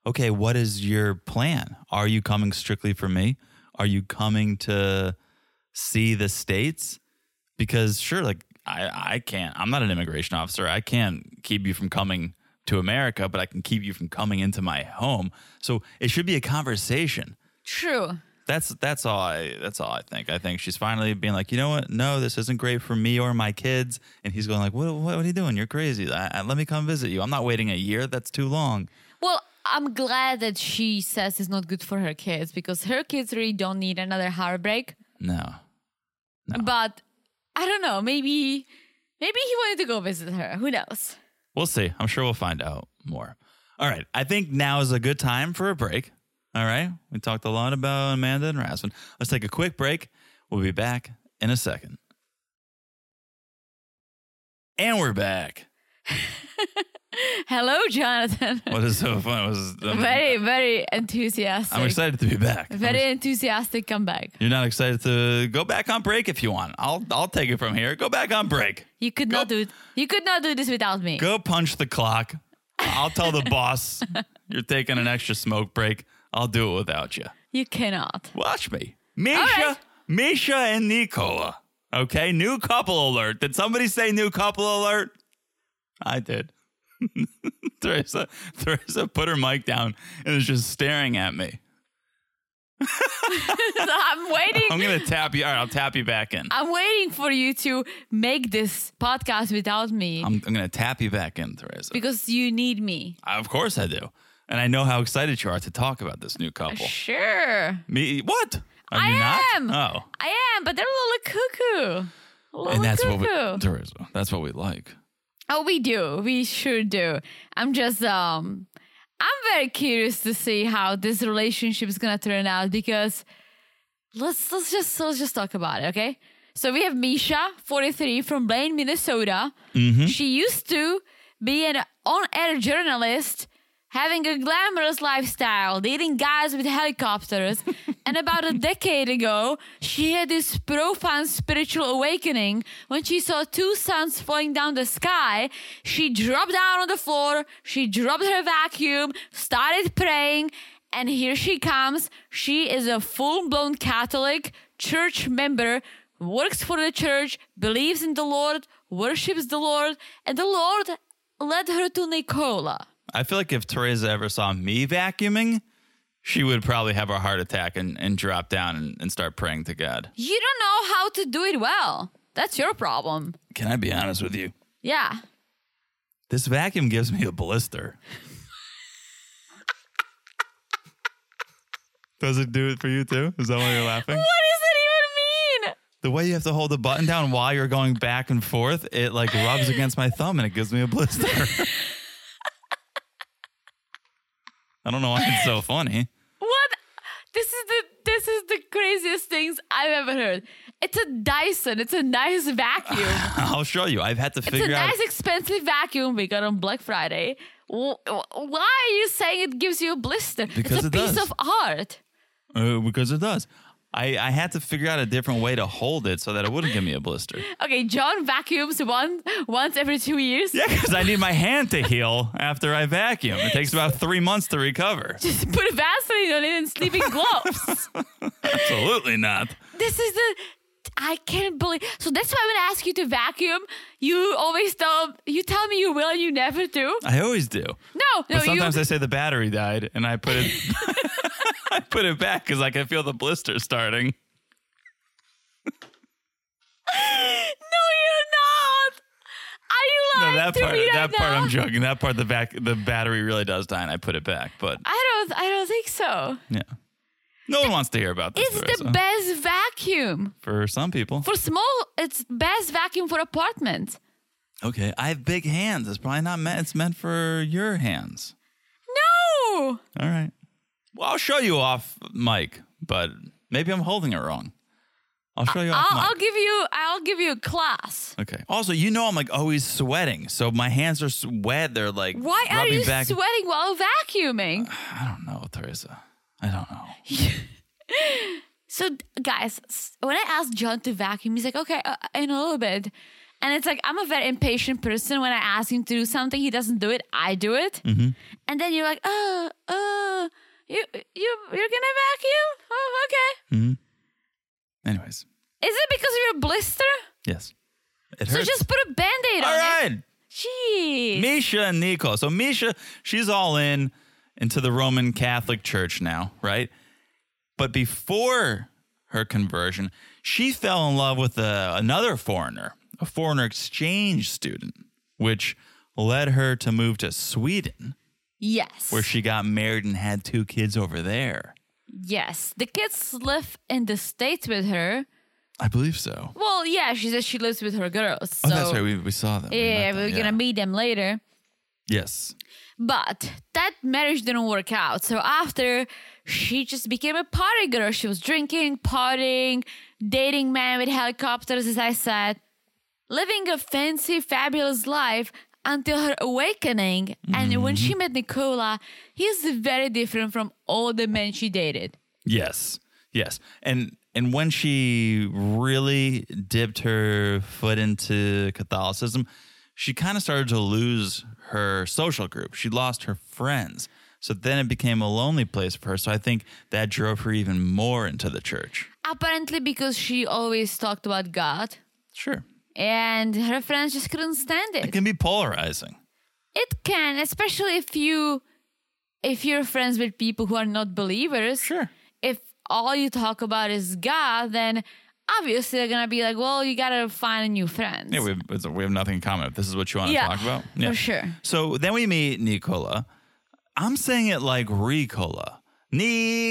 Okay, what is your plan? Are you coming strictly for me? Are you coming to see the states? Because sure, like I, I can't. I'm not an immigration officer. I can't keep you from coming to America, but I can keep you from coming into my home. So it should be a conversation.
True.
That's that's all I that's all I think. I think she's finally being like, you know what? No, this isn't great for me or my kids. And he's going like, what what, what are you doing? You're crazy. I, I- let me come visit you. I'm not waiting a year. That's too long.
Well, I'm glad that she says it's not good for her kids because her kids really don't need another heartbreak.
No.
But I don't know. Maybe, maybe he wanted to go visit her. Who knows?
We'll see. I'm sure we'll find out more. All right. I think now is a good time for a break. All right. We talked a lot about Amanda and Rasmus. Let's take a quick break. We'll be back in a second. And we're back.
Hello, Jonathan.
What is so fun? Was I'm,
very, very enthusiastic.
I'm excited to be back. I'm
Very enthusiastic comeback.
You're not excited to go back on break if you want. I'll I'll take it from here. Go back on break.
You could not do you could not do this without me.
Go punch the clock. I'll tell the boss you're taking an extra smoke break. I'll do it without you.
You cannot.
Watch me. Misha,
right.
Misha and Nicola. Okay, new couple alert. Did somebody say new couple alert? I did. Teresa, Teresa put her mic down and is just staring at me.
So I'm
I'm
waiting.
gonna tap you. All right, I'll tap you back in.
I'm waiting for you to make this podcast without me
I'm, I'm gonna tap you back in, Teresa.
because you need me.
Of course I do. And I know how excited you are to talk about this new couple.
Sure.
Me what? Are
Uh, I
you
am.
not? Oh.
I am, but they're a little cuckoo. A little
And that's
cuckoo.
what we Teresa, that's what we like.
Oh, we do. We sure do. I'm just um I'm very curious to see how this relationship is gonna turn out because let's let's just let's just talk about it, okay? So we have Misha, 43, from Blaine, Minnesota. She used to be an on-air journalist, having a glamorous lifestyle, dating guys with helicopters. and about a decade ago, she had this profound spiritual awakening when she saw two suns falling down the sky. She dropped down on the floor, she dropped her vacuum, started praying, and here she comes. She is a full blown Catholic church member, works for the church, believes in the Lord, worships the Lord, and the Lord led her to Nicola.
I feel like if Teresa ever saw me vacuuming, she would probably have a heart attack and, and drop down and, and start praying to God.
You don't know how to do it well. That's your problem.
Can I be honest with you?
Yeah.
This vacuum gives me a blister. Does it do it for you too? Is that why you're laughing?
What does it even mean?
The way you have to hold the button down while you're going back and forth, it like rubs against my thumb and it gives me a blister. I don't know why it's so funny.
What? This is the this is the craziest things I've ever heard. It's a Dyson. It's a nice vacuum.
I'll show you. I've had to
It's a
figure out.
nice expensive vacuum we got on Black Friday. Wh- wh- Why are you saying it gives you a blister?
Because
it's a
it
piece
does.
of art.
Uh, because it does. I, I had to figure out a different way to hold it so that it wouldn't give me a blister.
Okay, John vacuums one once every two years.
Yeah, because I need my hand to heal after I vacuum. It takes about three months to recover.
Just put a Vaseline on it and sleeping gloves.
Absolutely not.
this is the I can't believe. So that's why when I ask you to vacuum, you always tell you tell me you will and you never do.
I always do.
No, no,
But
you.
sometimes I say the battery died and I put it I put it back because I can feel the blister starting.
no, you're not. Are you
No,
lying
that
to
part
me right
that part
now?
I'm joking. That part the back the battery really does die and I put it back. But
I don't. I don't think so.
yeah. No one wants to hear about this.
It's the
Larissa.
best vacuum
for some people.
for small. It's best vacuum for apartment.
Okay, I have big hands. It's probably not meant. It's meant for your hands.
No,
All right. Well, I'll show you off mic, but maybe I'm holding it wrong. I'll show you off
I'll,
mic.
I'll give you. I'll give you a class.
okay. Also, you know I'm like always sweating, so my hands are s- wet. They're like
Why are
rubbing
you
back.
sweating while vacuuming?
I don't know, Teresa. I don't know.
So, d- guys, s- when I asked John to vacuum, he's like, okay, uh, in a little bit. And it's like, I'm a very impatient person. When I ask him to do something, he doesn't do it, I do it.
Mm-hmm.
And then you're like, oh, oh, you, you, you're going to vacuum? Oh,
Hmm.
okay.
Anyways,
Is it because of your blister?
yes, it
So
hurts.
just put a band aid
All
on it.
right,
Jeez.
Misha and Nico. So Misha, she's all in into the Roman Catholic Church now, right? But before her conversion, she fell in love with a, another foreigner, a foreigner exchange student, which led her to move to Sweden,
yes.
where she got married and had two kids over there.
yes. The kids live in the States with her.
I believe so.
Well, yeah, she says she lives with her girls.
Oh,
So,
that's right. We, we saw that. We
yeah,
met
we're
them,
going to meet them later.
Yes.
But that marriage didn't work out. So after she just became a party girl, she was drinking, partying, dating men with helicopters, as I said. living a fancy, fabulous life until her awakening. And when she met Nicola, he's very different from all the men she dated.
Yes. Yes. And and when she really dipped her foot into Catholicism, she kind of started to lose her social group. She lost her friends. So then it became a lonely place for her. So I think that drove her even more into the church.
Apparently, because she always talked about God,
Sure.
and her friends just couldn't stand
It
it.
can be polarizing.
It can, especially if you if you're friends with people who are not believers.
Sure.
If all you talk about is God, then obviously they're gonna be like, "Well, you gotta find new friends."
Yeah, we have, it's- we have nothing in common. If this is what you want
Yeah,
to talk about,
for sure.
So then we meet Nicola. I'm saying it like Ricola.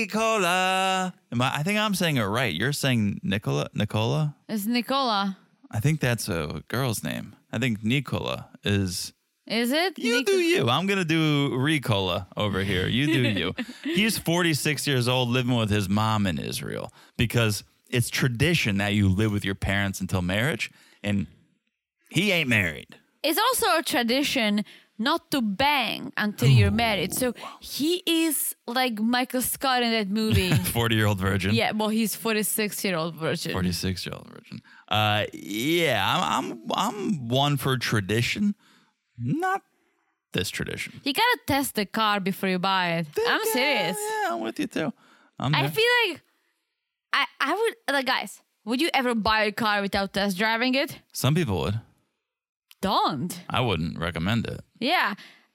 Nicola. Am I, I think I'm saying it right. You're saying Nicola. Nicola.
It's Nicola,
I think that's a girl's name. I think Nicola is.
is it?
You
Nic-
do you. I'm gonna do Ricola over here. You do you. He's 46 years old, living with his mom in Israel because it's tradition that you live with your parents until marriage, and he ain't married.
it's also a tradition not to bang until you're married. So he is like Michael Scott in that movie.
40 year old virgin.
yeah, well, he's 46 year old version.
46 year old virgin. Uh, yeah, I'm, I'm I'm one for tradition, not this tradition.
You gotta test the car before you buy it. I'm
Yeah,
serious.
Yeah, I'm with you too. I'm
I
there.
feel like I I would like guys. Would you ever buy a car without test driving it?
Some people would.
Don't.
I wouldn't recommend it.
Yeah.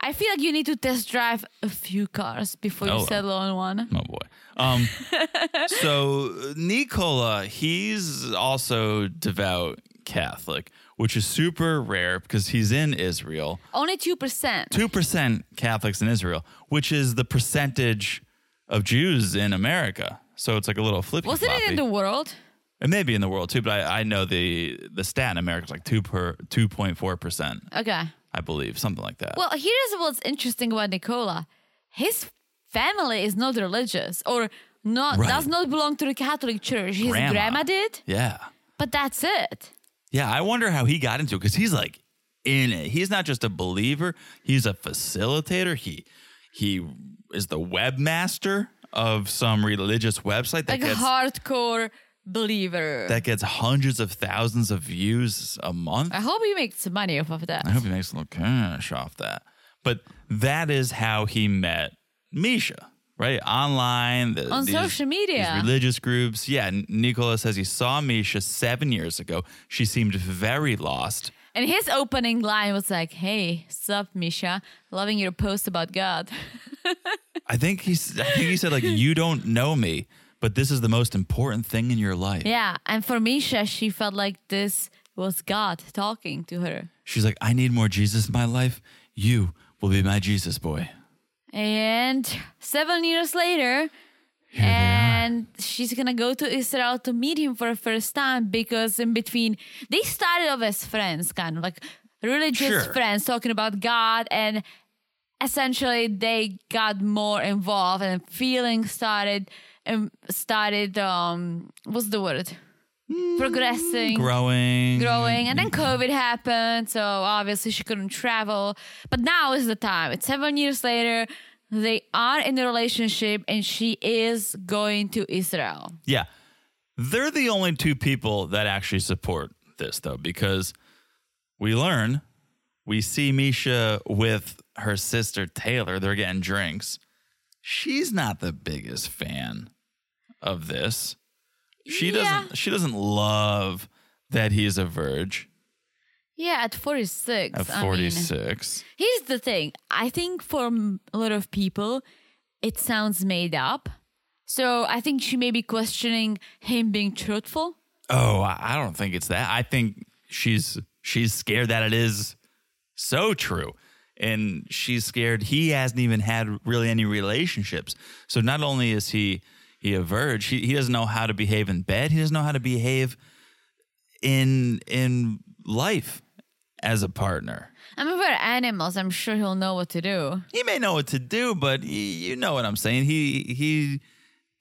I feel like you need to test drive a few cars before
Oh,
you
well.
settle on one.
Oh boy. Um, so Nicola, he's also devout Catholic, which is super rare because he's in Israel.
Only 2%.
two percent Catholics in Israel, which is the percentage of Jews in America. So it's like a little flippy.
Wasn't it in the world?
It may be in the world too, but I, I know the the stat in America is like two per two point four percent,
Okay.
I believe, something like that.
Well, here's what's interesting about Nicola. His family is not religious or not
Right.
does not belong to the Catholic Church. His
Grandma.
grandma did,
yeah,
but that's it.
yeah. I wonder how he got into it because he's like in it. He's not just a believer; he's a facilitator. He he is the webmaster of some religious website that
Like a
gets
hardcore believer.
that gets hundreds of thousands of views a month.
I hope he makes money off of that.
I hope he makes a little cash off that. But that is how he met Misha, right? Online, the,
On
these-
social media.
these religious groups. Yeah, N- Nicola says he saw Misha seven years ago. She seemed very lost.
And his opening line was like, "Hey, sup, Misha? Loving your post about God."
I think he, s- I think he said like, "You don't know me, but this is the most important thing in your life."
yeah, and for Misha, she felt like this was God talking to her.
She's like, "I need more Jesus in my life. You will be my Jesus boy."
And seven years later,
Here they are.
and she's gonna go to Israel to meet him for the first time because in between they started off as friends, kind of like religious
Sure.
friends talking about God, and essentially they got more involved and feelings started and started um what's the word
Mm,
progressing.
growing,
Mm. Growing and then COVID happened, so obviously she couldn't travel. But now is the time. It's seven years later. They are in a relationship, and she is going to Israel.
Yeah. They're the only two people that actually support this, though, because we learn we see Misha with her sister Taylor. They're getting drinks. She's not the biggest fan of this. She
Yeah.
doesn't she doesn't love that he's a verge
Yeah, at 46.
at
I mean,
46.
here's the thing. I think for m- a lot of people, it sounds made up. So I think she may be questioning him being truthful.
oh, I I don't think it's that. I think she's she's scared that it is so true. And she's scared he hasn't even had really any relationships. So not only is he he a verge, he, he doesn't know how to behave in bed. He doesn't know how to behave in in life as a partner.
I mean, we're animals. I'm sure he'll know what to do.
He may know what to do, but y you know what I'm saying. He he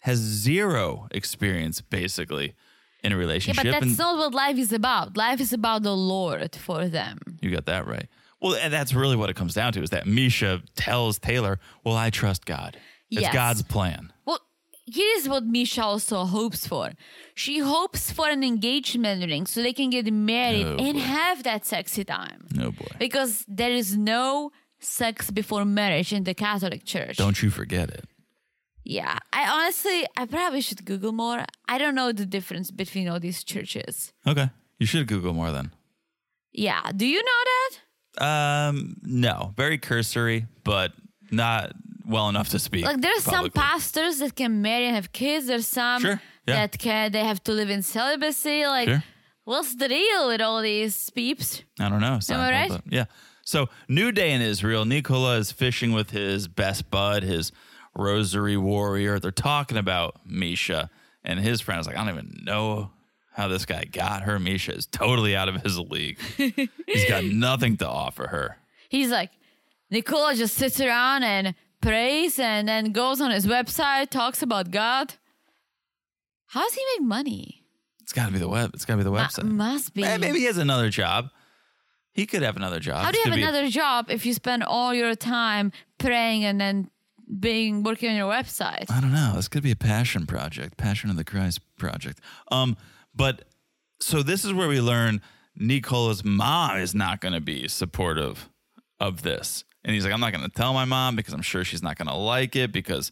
has zero experience basically in a
Yeah,
relationship.
but that's
and
not what life is about. Life is about the Lord for them.
you got that right. Well, and that's really what it comes down to is that Misha tells Taylor, Well, I trust God. It's
Yes.
God's plan.
Well, here is what Misha also hopes for. She hopes for an engagement ring so they can get married
Oh,
and have that sexy time.
No boy.
Because there is no sex before marriage in the Catholic Church.
Don't you forget it.
Yeah. I honestly, I probably should Google more. I don't know the difference between all these churches.
Okay. You should Google more then.
Yeah. Do you know that?
Um, no, very cursory, but not well enough to speak.
Like there's some
publicly.
pastors that can marry and have kids. There's some
Sure, yeah.
that can they have to live in celibacy. Like
Sure.
what's the deal with all these peeps?
I don't know. Sounds
I right?
about- yeah. So, new day in Israel. Nicola is fishing with his best bud, his rosary warrior. They're talking about Misha, and his friend is like, I don't even know how this guy got her. Misha is totally out of his league. He's got nothing to offer her.
He's like, Nicola just sits around and prays and then goes on his website, talks about God. How does he make money?
It's got to be the web. It's got to be the
Ma-
website.
must be.
Eh, Maybe he has another job. He could have another job.
How do
This
you have
could be-
another job if you spend all your time praying and then being working on your website?
I don't know. This could be a passion project, Passion of the Christ project. Um, but so this is where we learn Nicola's mom is not going to be supportive of this, and he's like, "I'm not going to tell my mom because I'm sure she's not going to like it because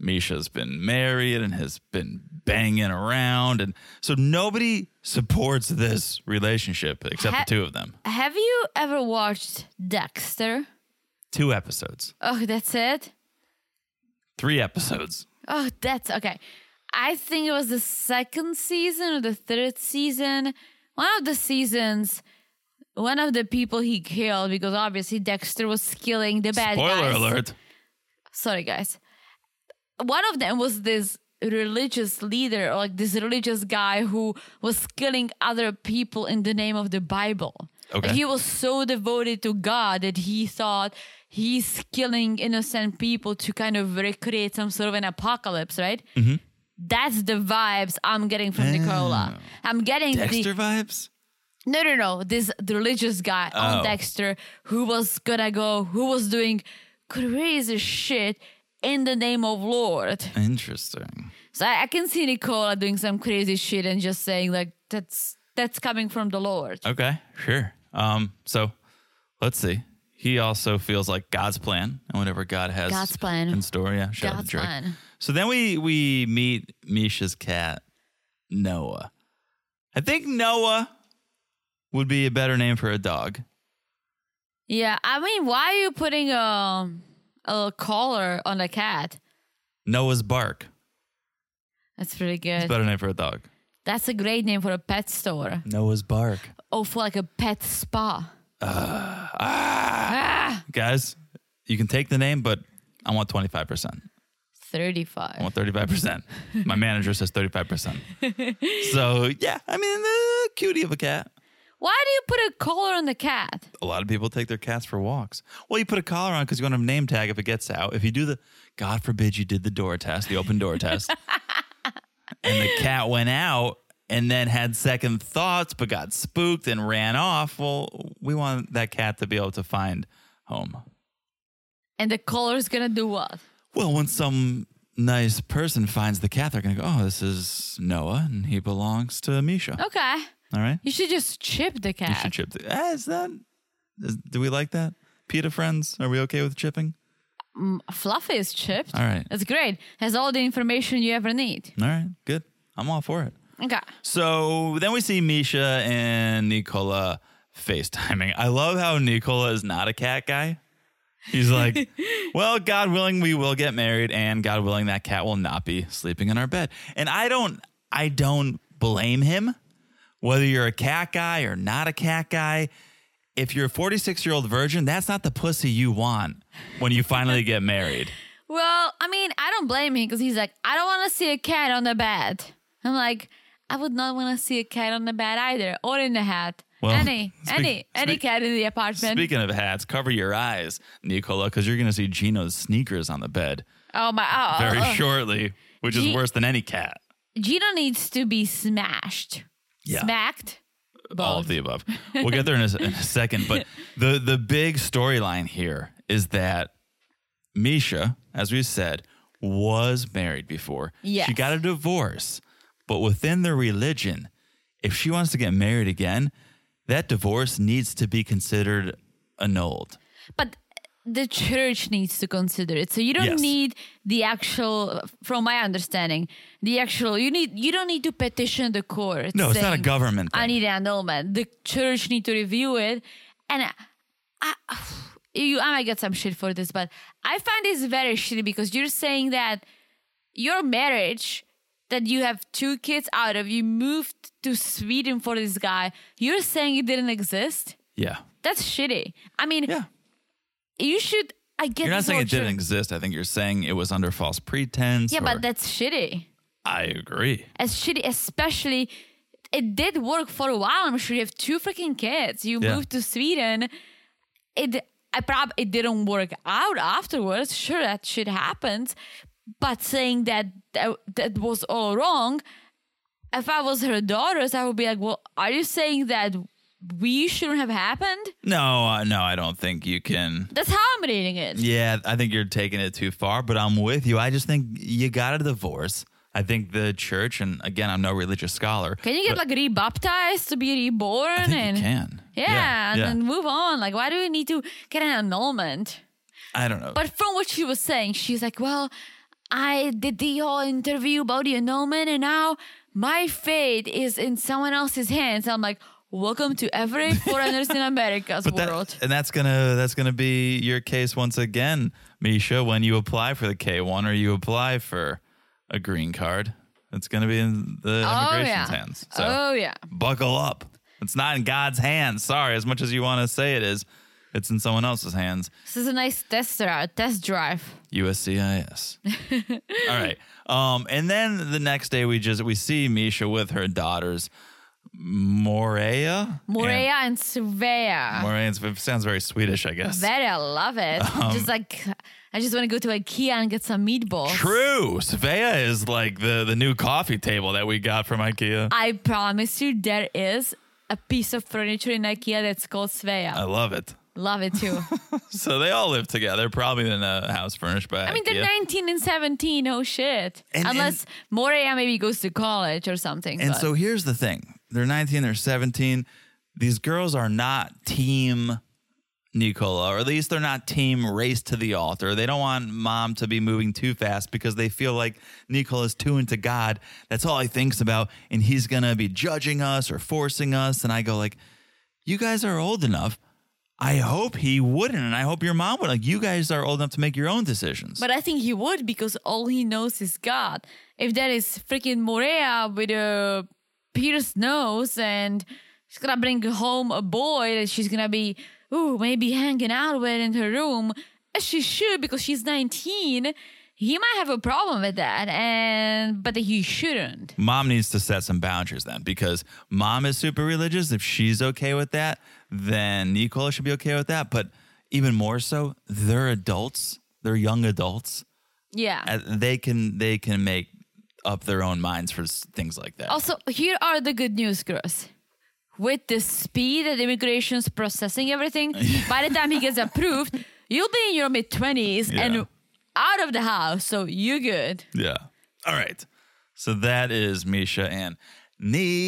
Misha's been married and has been banging around, and so nobody supports this relationship except
Ha-
the two of them.
Have you ever watched Dexter?
Two episodes,
Oh, that's it?
three episodes.
Oh, that's okay. I think it was the second season or the third season. One of the seasons, one of the people he killed, because obviously Dexter was killing the bad
Spoiler
guys.
alert.
Sorry, guys. One of them was this religious leader or like this religious guy who was killing other people in the name of the Bible.
Okay.
Like, he was so devoted to God that he thought he's killing innocent people to kind of recreate some sort of an apocalypse, right?
Mm-hmm.
That's the vibes I'm getting from Nicola. I'm getting
Ah. Dexter
the
vibes.
no, no, no. This the religious guy on
Oh.
Dexter who was gonna go, who was doing crazy shit in the name of Lord.
Interesting.
So I, I can see Nicola doing some crazy shit and just saying like that's that's coming from the Lord.
Okay, sure. Um, so let's see. He also feels like God's plan, and whatever God has
God's plan.
in store, yeah. Shout out to
God's
Drake.
plan.
So then we we meet Misha's cat, Noah. I think Noah would be a better name for a dog.
Yeah, I mean, why are you putting a a collar on a cat?
Noah's Bark.
That's pretty
It's a
good.
better name for a dog.
That's a great name for a pet store
Noah's Bark.
or for like a pet spa.
Guys, you can take the name, but I want twenty five percent. I
Thirty-five.
want 35%. My manager says 35%. so, yeah, I mean, uh, cutie of a cat.
Why do you put a collar on the cat?
A lot of people take their cats for walks. Well, you put a collar on because you want a name tag if it gets out. If you do the, God forbid you did the door test, the open door test, and the cat went out and then had second thoughts but got spooked and ran off, well, we want that cat to be able to find home.
And the collar is gonna do what?
Well, when some nice person finds the cat, they're going to go, oh, this is Noah and he belongs to Misha.
Okay.
All right.
You should just chip the
You
cat.
should chip. The, ah, is that? Is, do we like that? PETA friends, are we okay with chipping?
Fluffy is chipped.
All right.
That's great. Has all the information you ever need.
All right, good. I'm all for it.
Okay.
So then we see Misha and Nicola FaceTiming. I love how Nicola is not a cat guy. He's like, well, God willing, we will get married, and God willing, that cat will not be sleeping in our bed. And I don't, I don't blame him. Whether you're a cat guy or not a cat guy, if you're a 46 year old virgin, that's not the pussy you want when you finally get married.
Well, I mean, I don't blame him because he's like, I don't want to see a cat on the bed. I'm like, I would not want to see a cat on the bed either, or in the hat.
Well,
any,
speak-
any, any
speak-
cat in the apartment.
Speaking of hats, cover your eyes, Nicola, because you're going to see Gino's sneakers on the bed.
oh my! Oh, oh,
very
oh.
shortly, which is
Ye-
worse than any cat.
Gino needs to be smashed.
Yeah.
Smacked.
all
Both.
of the above. We'll get there in a, in a second, but the the big storyline here is that Misha, as we said, was married before.
Yes.
She got a divorce, but within the religion, if she wants to get married again, that divorce needs to be considered annulled.
But the church needs to consider it. So you don't
Yes.
need the actual from my understanding, the actual you need you don't need to petition the court.
No, it's not a
saying,
government
I
thing."
need annulment. The church need to review it and I, I you I might get some shit for this, but I find this very shitty because you're saying that your marriage that you have two kids out of you moved to Sweden for this guy. You're saying it didn't exist?
Yeah.
That's shitty. I mean,
Yeah.
you should. I get.
You're not
this
saying
whole
it didn't
trip.
exist. I think you're saying it was under false pretense.
Yeah,
or-
but that's shitty.
I agree.
As shitty, especially. It did work for a while. I'm sure you have two freaking kids. You
Yeah.
moved to Sweden. It. I prob it didn't work out afterwards. Sure, that shit happens. But saying that that, that was all wrong. If I was her daughters, I would be like, "Well, are you saying that we shouldn't have happened?"
No, uh, no, I don't think you can.
That's how I'm reading it.
Yeah, I think you're taking it too far, but I'm with you. I just think you got a divorce. I think the church, and again, I'm no religious scholar.
Can you get
but
like rebaptized to be reborn?
I think
and
you can.
Yeah, and
yeah.
then move on. Like, why do we need to get an annulment?
I don't know.
But from what she was saying, she's like, well, I did the whole interview about the annulment, and now my fate is in someone else's hands. I'm like, welcome to every foreigners in America's
But that-
world.
and that's gonna that's gonna be your case once again, Misha. When you apply for the K one or you apply for a green card, it's gonna be in the
oh,
immigration's
yeah.
hands. So
Oh, yeah.
buckle up. It's not in God's hands. Sorry, as much as you want to say it is, it's in someone else's hands.
This is a nice test drive. Test drive.
USCIS. All right. Um, and then the next day we just we see Misha with her daughters, Morea.
Morea
And-
and Svea.
Morea it's- it sounds very Swedish, I guess.
Very, I love it.
Um,
just like, I just want to go to IKEA and get some meatballs.
True. Svea is like the the new coffee table that we got from IKEA.
I promise you, there is a piece of furniture in IKEA that's called Svea.
I love it.
Love it too.
So they all live together, probably in a house furnished by.
I mean, they're
IKEA.
19 and 17. Oh shit!
And-
Unless Morea maybe goes to college or something.
And
but-
so here's the thing: they're 19, they're 17. These girls are not team Nicola, or at least they're not team race to the altar. They don't want mom to be moving too fast because they feel like Nicola's too into God. That's all he thinks about, and he's gonna be judging us or forcing us. And I go like, "You guys are old enough." I hope he wouldn't, and I hope your mom would. Like, you guys are old enough to make your own decisions.
but I think he would because all he knows is God. If that is freaking Morea with a pierced nose and she's gonna bring home a boy that she's gonna be, ooh, maybe hanging out with in her room, as she should because she's 19, he might have a problem with that, and but he shouldn't.
mom needs to set some boundaries then because mom is super religious. If she's okay with that, then Nicola should be okay with that. But even more so, they're adults, they're young adults.
Yeah.
and They can they can make up their own minds for s- things like that.
Also, here are the good news, girls. With the speed that immigration's processing everything, by the time he gets approved, you'll be in your mid 20s
Yeah.
and out of the house. So you good.
Yeah. All right. So that is Misha and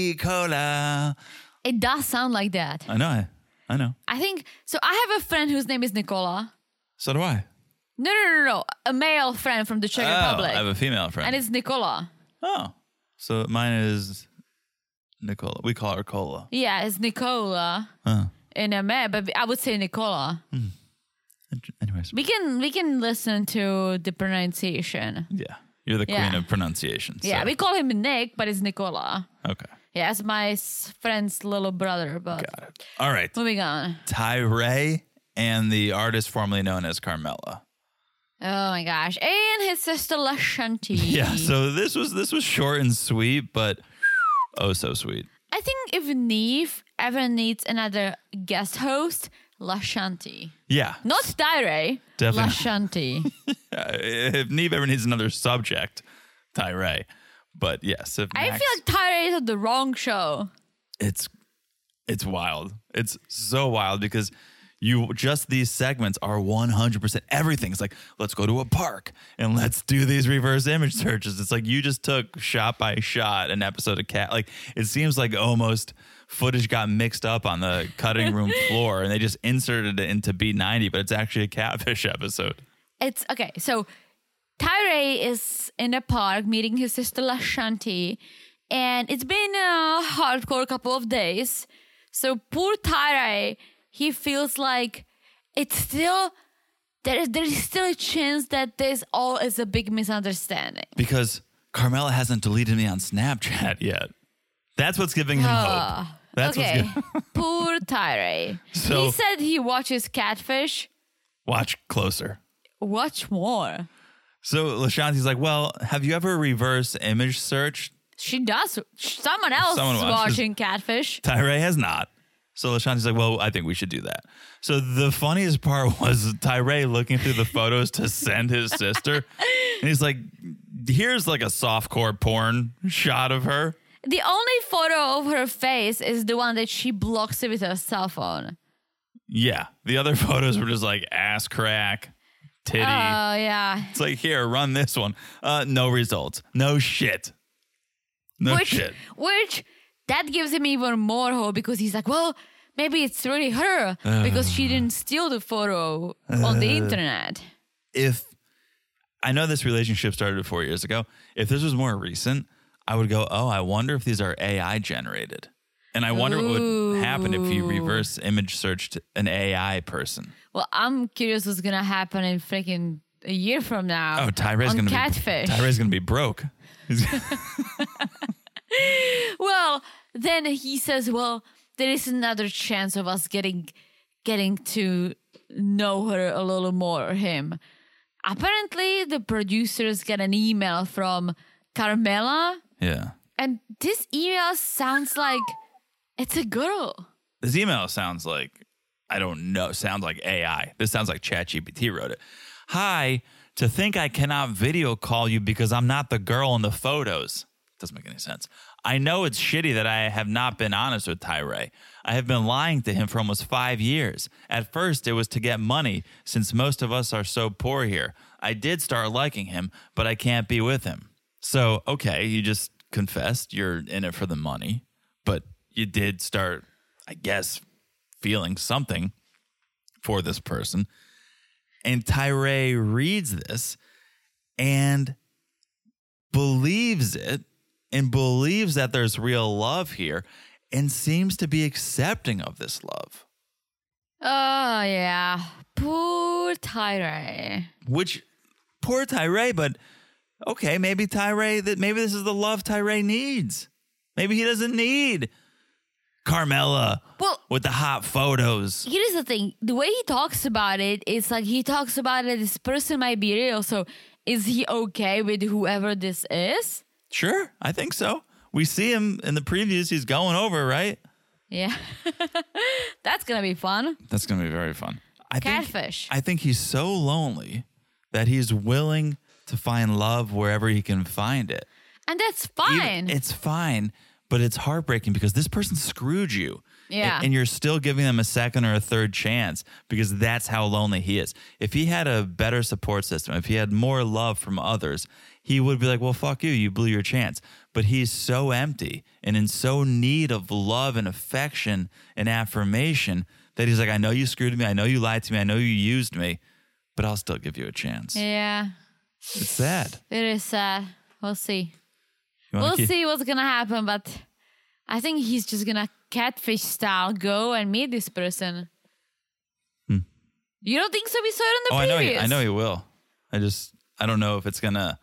Nicola.
It does sound like that.
I know. I, I know.
I think so. I have a friend whose name is Nicola.
So do I.
No, no, no, no. A male friend from the Czech
Oh,
Republic.
I have a female friend.
and it's Nicola.
oh. So mine is Nicola. We call her Cola.
Yeah, it's Nicola. In a male, but I would say Nicola.
Anyways.
We can we can listen to the pronunciation.
Yeah. You're the
Yeah.
queen of pronunciation.
Yeah,
so-
we call him Nick, but it's Nicola.
okay.
Yeah, it's my s- friend's little brother, but
Got it. All right.
moving on.
Tyree and the artist formerly known as Carmela.
Oh my gosh. And his sister Lashanti.
Yeah. So this was this was short and sweet, but oh so sweet.
I think if Neve ever needs another guest host, Lashanti.
Yeah.
Not Tyre.
Definitely.
Lashanti.
Uh, if Neve ever needs another subject, Tyree. But yes, if
I
Max-
feel like Tyra is on the wrong show.
it's it's wild. It's so wild because you just these segments are 100% everything. It's like, let's go to a park and let's do these reverse image searches. It's like you just took shot by shot an episode of Cat. Like it seems like almost footage got mixed up on the cutting room floor and they just inserted it into B90, but it's actually a catfish episode.
It's okay. So Tyre is in a park meeting his sister Lashanti, and it's been a hardcore couple of days. So poor Tyre, he feels like it's still there is there is still a chance that this all is a big misunderstanding.
because Carmela hasn't deleted me on Snapchat yet. That's what's giving him hope. That's what's
okay,
giving
poor Tyre.
So-
he said he watches Catfish.
Watch closer.
Watch more.
So Lashanti's like, well, have you ever reverse image searched?
She does. Someone else
Someone
is
watches.
watching Catfish.
Tyree has not. So Lashanti's like, well, I think we should do that. So the funniest part was Tyree looking through the photos to send his sister. And he's like, here's like a softcore porn shot of her.
The only photo of her face is the one that she blocks with her cell phone.
Yeah. The other photos were just like ass crack, titty.
Oh yeah,
It's like, here, run this one. Uh, no results. No shit. No
which
shit.
which that gives him even more hope because he's like, well, maybe it's really her
Uh.
because she didn't steal the photo on the internet.
If I know this relationship started four years ago, if this was more recent, I would go, oh, I wonder if these are AI generated. And I wonder what would happen if you reverse image searched an AI person.
Well, I'm curious what's gonna happen in freaking a year from now.
Oh, Tyra's
on
gonna
catfish.
be Tyra's gonna be broke. He's-
well, then he says, well, there is another chance of us getting getting to know her a little more or him. Apparently, the producers get an email from Carmela,
yeah.
and this email sounds like it's a girl.
This email sounds like I don't know. Sounds like AI. This sounds like ChatGPT wrote it. Hi, to think I cannot video call you because I'm not the girl in the photos. Doesn't make any sense. I know it's shitty that I have not been honest with Tyray. I have been lying to him for almost five years. At first, it was to get money, since most of us are so poor here. I did start liking him, but I can't be with him. So, okay, you just confessed you're in it for the money, but you did start, I guess, feeling something for this person. And Tyree reads this and believes it and believes that there's real love here and seems to be accepting of this love,
Oh yeah, poor Tyre.
which poor Tyree, but okay, maybe Tyree that maybe this is the love Tyree needs. Maybe he doesn't need Carmela
Well,
with the hot photos.
here's the thing the way he talks about it it's like he talks about it this person might be real so is he okay with whoever this is
Sure, I think so. We see him in the previews. He's going over, right?
yeah that's gonna be fun
That's going to be very fun. I
Catfish.
Think, I think he's so lonely that he's willing to find love wherever he can find it.
and that's
Even-
fine
it's fine, but it's heartbreaking because this person screwed you.
Yeah.
And, and you're still giving them a second or a third chance because that's how lonely he is. If he had a better support system, if he had more love from others, he would be like, well, fuck you, you blew your chance. But he's so empty and in so need of love and affection and affirmation that he's like, I know you screwed me. I know you lied to me. I know you used me, but I'll still give you a chance.
yeah
It's sad.
it is sad we'll see
You wanna
we'll
keep-
see what's gonna happen but i think he's just gonna catfish style go and meet this person you don't think so we saw it
Hmm. Oh, I
on the
know. He,
previous
I know he will. I just I don't know if it's gonna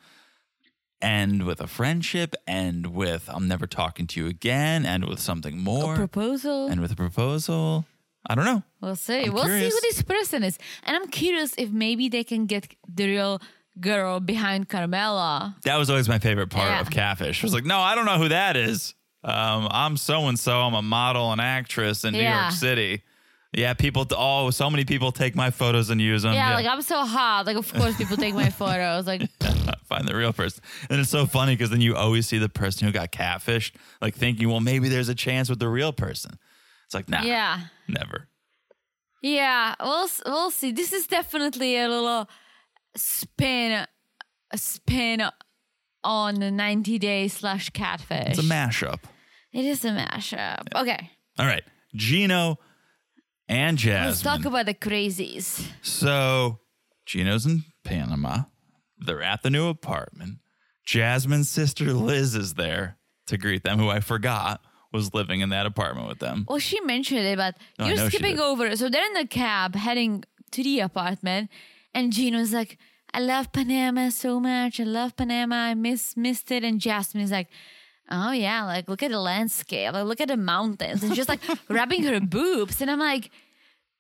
end with a friendship, end with I'm never talking to you again, end with something more,
proposal
end with a proposal. I don't know.
We'll see. we'll
curious.
see who this person is. And I'm curious if maybe they can get the real girl behind Carmela.
That was always my favorite part
Yeah.
of Catfish. I was like, no, I don't know who that is. Um, I'm so and so. I'm a model and actress in New
Yeah.
York City. Yeah, people. Oh, so many people take my photos and use them.
Yeah, like I'm so hot. Like, of course, people take my photos. Like,
if I find the real person. And it's so funny because then you always see the person who got catfished, like thinking, well, maybe there's a chance with the real person. It's like, nah,
Yeah.
never.
Yeah, we'll s- we'll see. This is definitely a little spin, a spin on the ninety day slash catfish.
It's a mashup.
It is a mashup. Okay,
All right. Gino and Jasmine.
let's talk about the crazies.
So Gino's in Panama. They're at the new apartment. Jasmine's sister Liz is there to greet them, who I forgot was living in that apartment with them.
Well, she mentioned it, but
No, I
you're
know she
skipping
did.
over. So they're in the cab heading to the apartment, and Gino's like, "I love Panama so much. I love Panama. I miss missed it." And Jasmine's like. Oh yeah, like look at the landscape, like look at the mountains, and just like rubbing her boobs, and I'm like,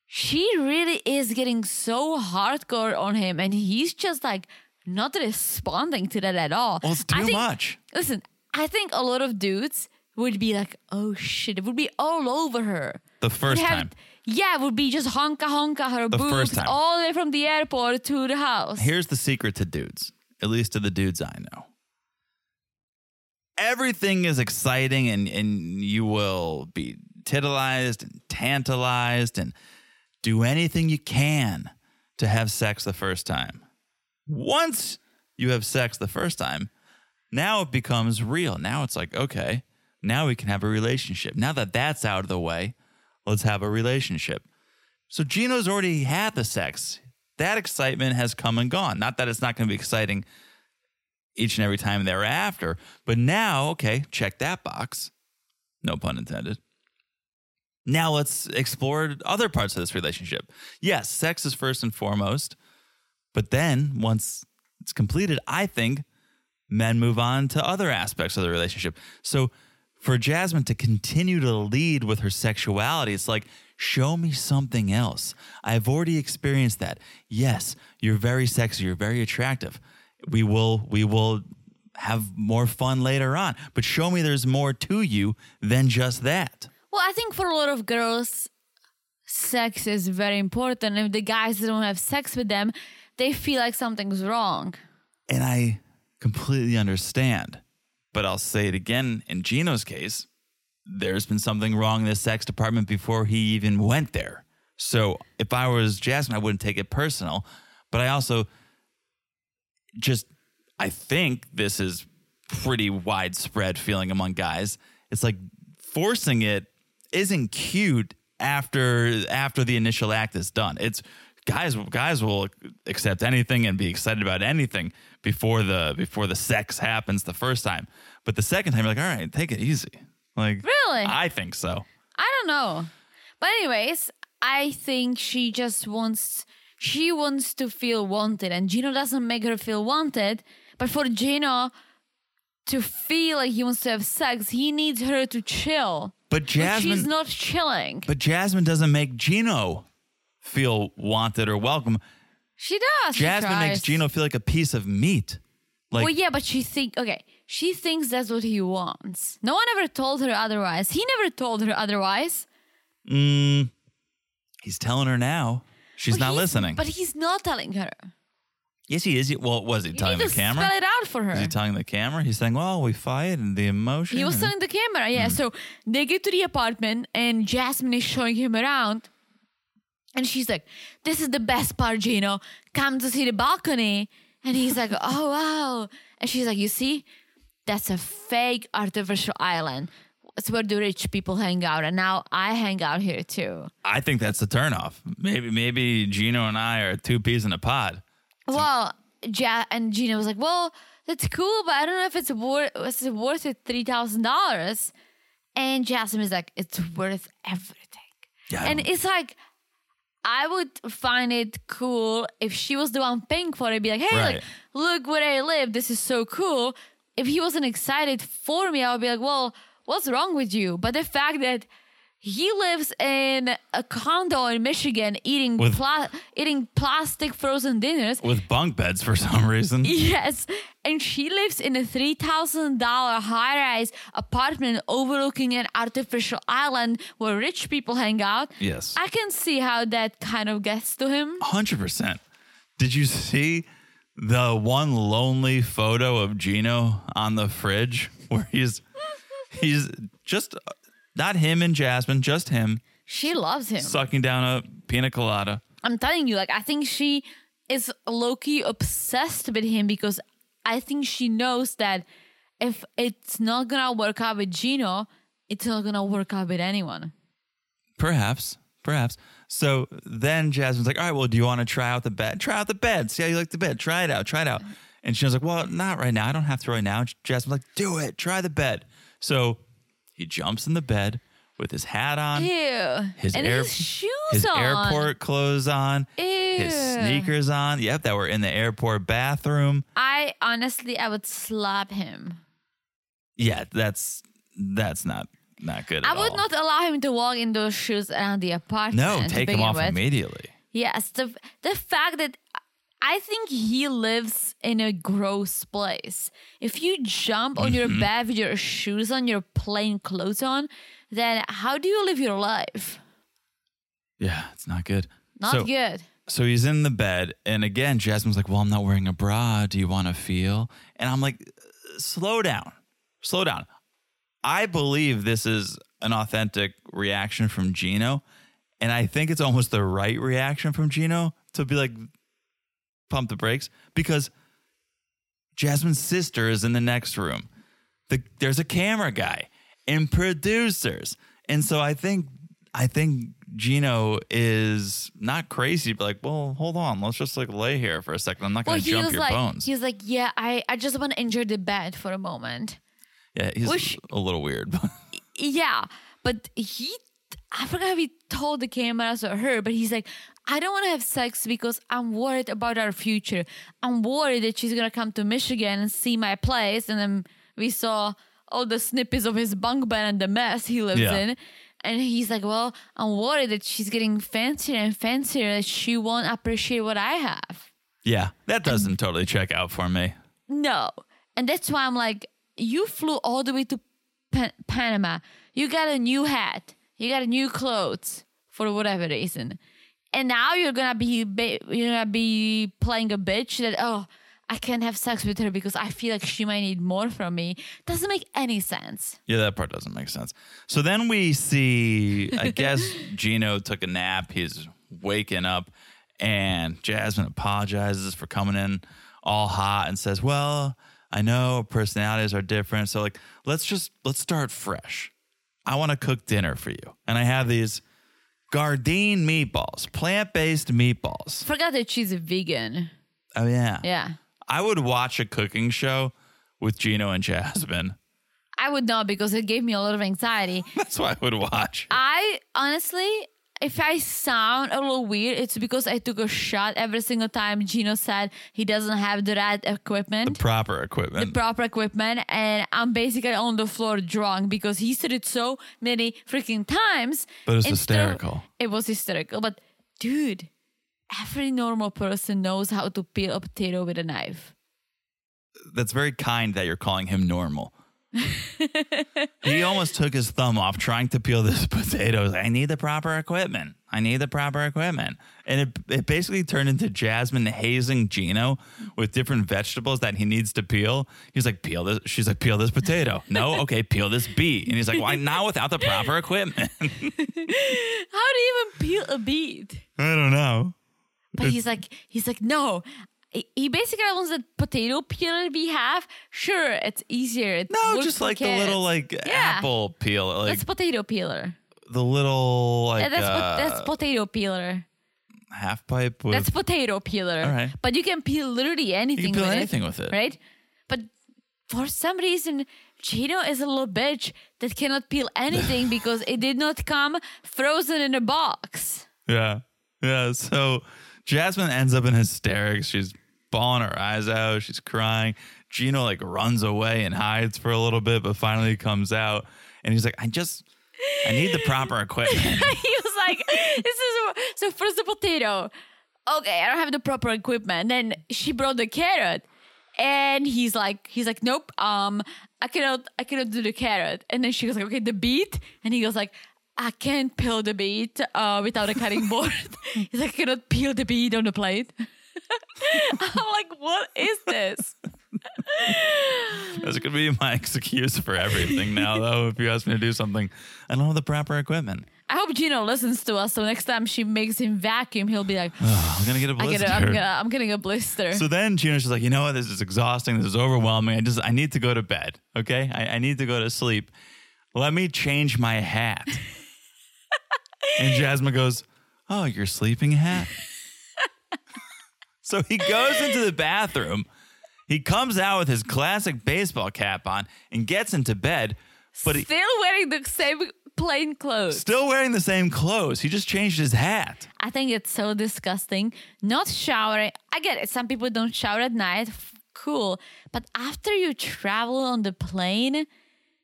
she really is getting so hardcore on him, and he's just like not responding to that at all.
Well, it's
I
too
think-
much.
Listen, I think a lot of dudes would be like, "Oh shit!" It would be all over her.
The first
Would have-
time.
Yeah, it would be just honka honka her
The first
boobs
time.
all the way from the airport to the house.
Here's the secret to dudes, at least to the dudes I know. Everything is exciting and, and you will be titillized and tantalized and do anything you can to have sex the first time. Once you have sex the first time, now it becomes real. Now it's like, okay, now we can have a relationship. Now that that's out of the way, let's have a relationship. So Gino's already had the sex. That excitement has come and gone. Not that it's not going to be exciting each and every time thereafter, but now, okay, check that box. No pun intended. Now let's explore other parts of this relationship. Yes, sex is first and foremost, but then once it's completed, I think men move on to other aspects of the relationship. So for Jasmine to continue to lead with her sexuality, it's like, show me something else. I've already experienced that. Yes, you're very sexy, you're very attractive. We will, we will have more fun later on, but show me there's more to you than just that.
Well, I think for a lot of girls, sex is very important. If the guys don't have sex with them, they feel like something's wrong.
And I completely understand. But I'll say it again in Gino's case, there's been something wrong in the sex department before he even went there. So if I was Jasmine, I wouldn't take it personal. But I also just, I think this is pretty widespread feeling among guys. It's like forcing it isn't cute after after the initial act is done. It's guys guys will accept anything and be excited about anything before the before the sex happens the first time. But the second time you're like, all right, take it easy. Like
Really?
I think so.
I don't know. But anyways, I think she just wants she wants to feel wanted and Gino doesn't make her feel wanted, but for Gino to feel like he wants to have sex, he needs her to chill.
But
But
Jasmine
she's not chilling.
But Jasmine doesn't make Gino feel wanted or welcome.
She does. she
Jasmine makes
tries.
Gino feel like a piece of meat. Like
Well, yeah, but she think okay. She thinks that's what he wants. No one ever told her otherwise. He never told her otherwise.
he's telling her now. She's
But
not listening.
But he's not telling her.
yes, he is. Well, was he
You
telling
need
the
to
camera?
spell it out for her.
Is he telling the camera? He's saying, "Well, we fight and the emotion."
He was
and-
telling the camera, yeah. So they get to the apartment and Jasmine is showing him around. And she's like, This is the best part, Gino. Come to see the balcony. And he's like, Oh, wow. And she's like, You see, that's a fake artificial island. It's where the rich people hang out. And now I hang out here too.
I think that's a turnoff. Maybe, maybe Gino and I are two peas in a pod.
Well, ja- and Gina was like, "Well, that's cool, but I don't know if it's worth it's worth it three thousand dollars." And Jasmine is like, "It's worth everything."
Yeah, I
and
don't-
it's like, I would find it cool if she was the one paying for it. Be like, "Hey,
Right.
like, look where I live. This is so cool." If he wasn't excited for me, I would be like, "Well, what's wrong with you?" But the fact that he lives in a condo in Michigan, eating
With-
pla- eating plastic frozen dinners,
With bunk beds for some reason.
Yes, and she lives in a three thousand dollar high rise apartment overlooking an artificial island where rich people hang out.
Yes.
I can see how that kind of gets to him.
Hundred percent. Did you see the one lonely photo of Gino on the fridge where he's he's just not him and Jasmine, just him
She loves him.
sucking down a pina colada.
I'm telling you, like I think she is low-key obsessed with him because I think she knows that if it's not gonna work out with Gino, it's not gonna work out with anyone.
Perhaps, perhaps. So then Jasmine's like, "All right, well, do you want to try out the bed? Try out the bed. See how you like the bed. Try it out. Try it out." And she was like, "Well, not right now. I don't have to right now." Jasmine's like, "Do it. Try the bed." So he jumps in the bed with his hat on,
Ew.
his
and
air-
his shoes
his
on.
airport clothes on, his
Ew.
sneakers on. Yep, that were in the airport bathroom.
I honestly, I would slap him.
Yeah, that's that's not not good.
I
at
would
all.
not allow him to walk in those shoes around the apartment.
No,
to
take them
begin
off
with.
immediately.
Yes, the the fact that I think he lives in a gross place. If you jump on
Mm-hmm.
your bed with your shoes on, your plain clothes on, then how do you live your life?
Yeah, it's not good.
Not
So-
good.
So he's in the bed, and again, Jasmine's like, "Well, I'm not wearing a bra. Do you want to feel?" And I'm like, "Slow down, slow down." I believe this is an authentic reaction from Gino, and I think it's almost the right reaction from Gino to be like, "Pump the brakes," because Jasmine's sister is in the next room. The, there's a camera guy and producers, and so I think I think Gino is not crazy, but like, well, hold on, let's just like lay here for a second. I'm not
Well,
gonna
he
jump
was
your
like,
bones.
he was like, yeah, I, I just want to enjoy the bed for a moment.
yeah, he's
Wish-
a little weird. but-
Yeah, but he, I forgot if he told the cameras or her, but he's like, I don't want to have sex because I'm worried about our future. I'm worried that she's gonna come to Michigan and see my place, and then we saw all the snippets of his bunk bed and the mess he lives
Yeah.
in. And he's like, Well, I'm worried that she's getting fancier and fancier, that she won't appreciate what I have.
yeah, that doesn't totally check out for me.
No. And that's why I'm like, you flew all the way to Pan- Panama. You got a new hat. You got new clothes for whatever reason. And now you're gonna be ba- you're gonna be playing a bitch that oh I can't have sex with her because I feel like she might need more from me. Doesn't make any sense.
Yeah, that part doesn't make sense. So then we see, I guess Gino took a nap. He's waking up, and Jasmine apologizes for coming in all hot and says, "Well, I know personalities are different, so like let's just let's start fresh. I want to cook dinner for you, and I have these Gardein meatballs, plant-based meatballs.
Forgot that she's a vegan.
Oh yeah,
Yeah,
I would watch a cooking show with Gino and Jasmine.
I would not because it gave me a lot of anxiety.
That's what I would watch.
I honestly, if I sound a little weird, it's because I took a shot every single time Gino said he doesn't have the right equipment,
Proper equipment.
proper equipment, and I'm basically on the floor drunk because he said it so many freaking times.
But it's
and still-
hysterical.
it was hysterical, but dude, every normal person knows how to peel a potato with a knife.
that's very kind that you're calling him normal. he almost took his thumb off trying to peel this potato. He's like, I need the proper equipment. I need the proper equipment. And it, it basically turned into Jasmine hazing Gino with different vegetables that he needs to peel. He's like, peel this. She's like, peel this potato. no, okay, peel this beet. And he's like, why not without the proper equipment?
How do you even peel a beet?
I don't know.
But he's like, he's like, no. He- He basically owns that potato peeler we have. Sure, it's easier. It
No,
works
just
for
like the
kids.
little like apple peel, like
That's potato peeler.
the little
Yeah,
like
that's po-
uh,
that's potato peeler.
half pipe with
That's potato peeler.
All right.
But you can peel literally anything.
peel
with
anything
it,
with it.
right? But for some reason, Gino is a little bitch that cannot peel anything because it did not come frozen in a box.
Yeah. Yeah. So Jasmine ends up in hysterics. She's bawling her eyes out. She's crying. Gino like runs away and hides for a little bit, but finally comes out and he's like, I just, I need the proper equipment.
he was like, "This is so." First the potato. Okay, I don't have the proper equipment. Then she brought the carrot, and he's like, he's like, "Nope, um, I cannot, I cannot do the carrot." And then she was like, "Okay, the beet," and he goes like. I can't peel the beet uh, without a cutting board. He's like, I cannot peel the beet on the plate. I'm like, what is this?
That's gonna be my excuse for everything now, though. If you ask me to do something, I don't have the proper equipment.
I hope Gino listens to us. So next time she makes him vacuum, he'll be like,
I'm gonna get a
I
blister.
get a, I'm, gonna, I'm getting a blister.
so then Gina's just like, you know what? This is exhausting. This is overwhelming. I just I need to go to bed. Okay, I, I need to go to sleep. Let me change my hat. and Jasmine goes, "Oh, your sleeping hat." so he goes into the bathroom. He comes out with his classic baseball cap on and gets into bed, but he,
Still wearing the same plain clothes.
still wearing the same clothes. He just changed his hat.
I think it's so disgusting. Not showering. I get it. Some people don't shower at night. F- cool. But after you travel on the plane,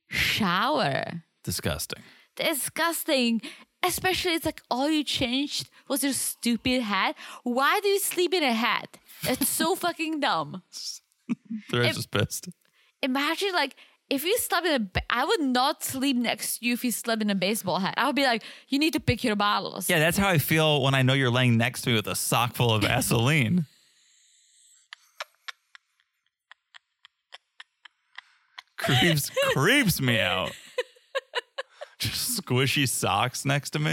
shower.
Disgusting.
Disgusting. Especially it's like all you changed was your stupid hat. Why do you sleep in a hat? It's so fucking dumb.
The rest is pissed.
imagine like if you slept in a ba- i would not sleep next to you if you slept in a baseball hat i would be like you need to pick your bottles
Yeah, that's how I feel when I know you're laying next to me with a sock full of Vaseline. creeps creeps me out. Just squishy socks next to me.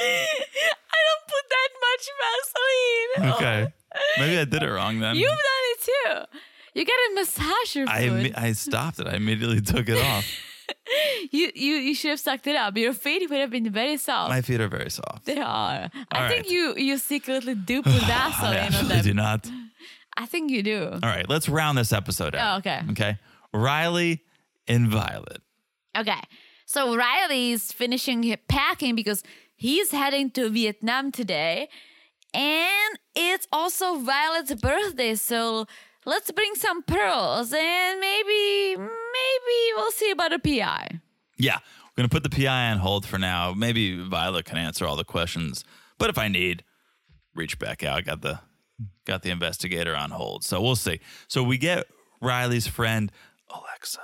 i don't put that much vaseline
Okay. Maybe I did it wrong then.
you've done it too you gotta massage your
I
foot.
imme- I stopped it. I immediately took it off.
you, you you should have sucked it up. Your feet would have been very soft.
My feet are very soft.
they are. I
All
think
right.
you you secretly do put
I
Vaseline on
actually do
them.
not.
I think you do.
All right, let's round this episode out.
Oh, okay.
Okay. Riley and Violet.
Okay. So Riley is finishing hi- packing because he's heading to Vietnam today. And it's also Violet's birthday. So let's bring some pearls and maybe, maybe we'll see about a PI.
Yeah, we're gonna put the PI on hold for now. Maybe Violet can answer all the questions, but if I need, reach back out. Got the got the investigator on hold, so we'll see. So we get Riley's friend Alexa.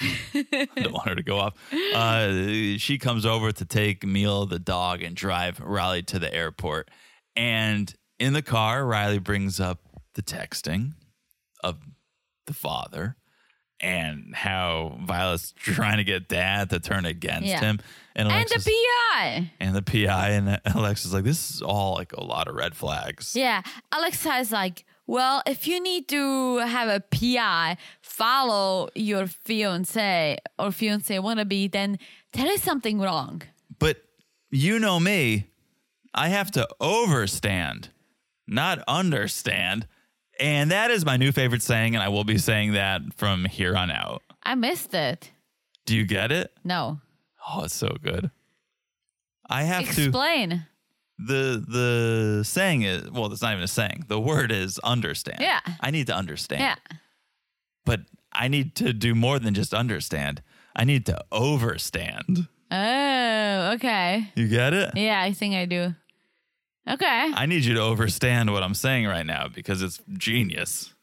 I don't want her to go off. Uh, she comes over to take Meal the dog and drive Riley to the airport. And in the car, Riley brings up the texting of the father and how Violet's trying to get dad to turn against
Yeah.
him. And,
and
Alexa's,
the PI.
and the PI and Alexa's like, this is all like a lot of red flags.
Yeah. Alexa is like, well, if you need to have a PI, follow your fiance or fiance wannabe, then there is something wrong.
But you know me, I have to overstand, not understand. And that is my new favorite saying, and I will be saying that from here on out.
I missed it.
Do you get it?
No.
Oh, it's so good. I have to
Explain.
the the saying is well, it's not even a saying. The word is understand.
Yeah.
I need to understand.
Yeah.
But I need to do more than just understand. I need to overstand.
Oh, okay.
You get it?
Yeah, I think I do. Okay.
I need you to overstand what I'm saying right now because it's genius.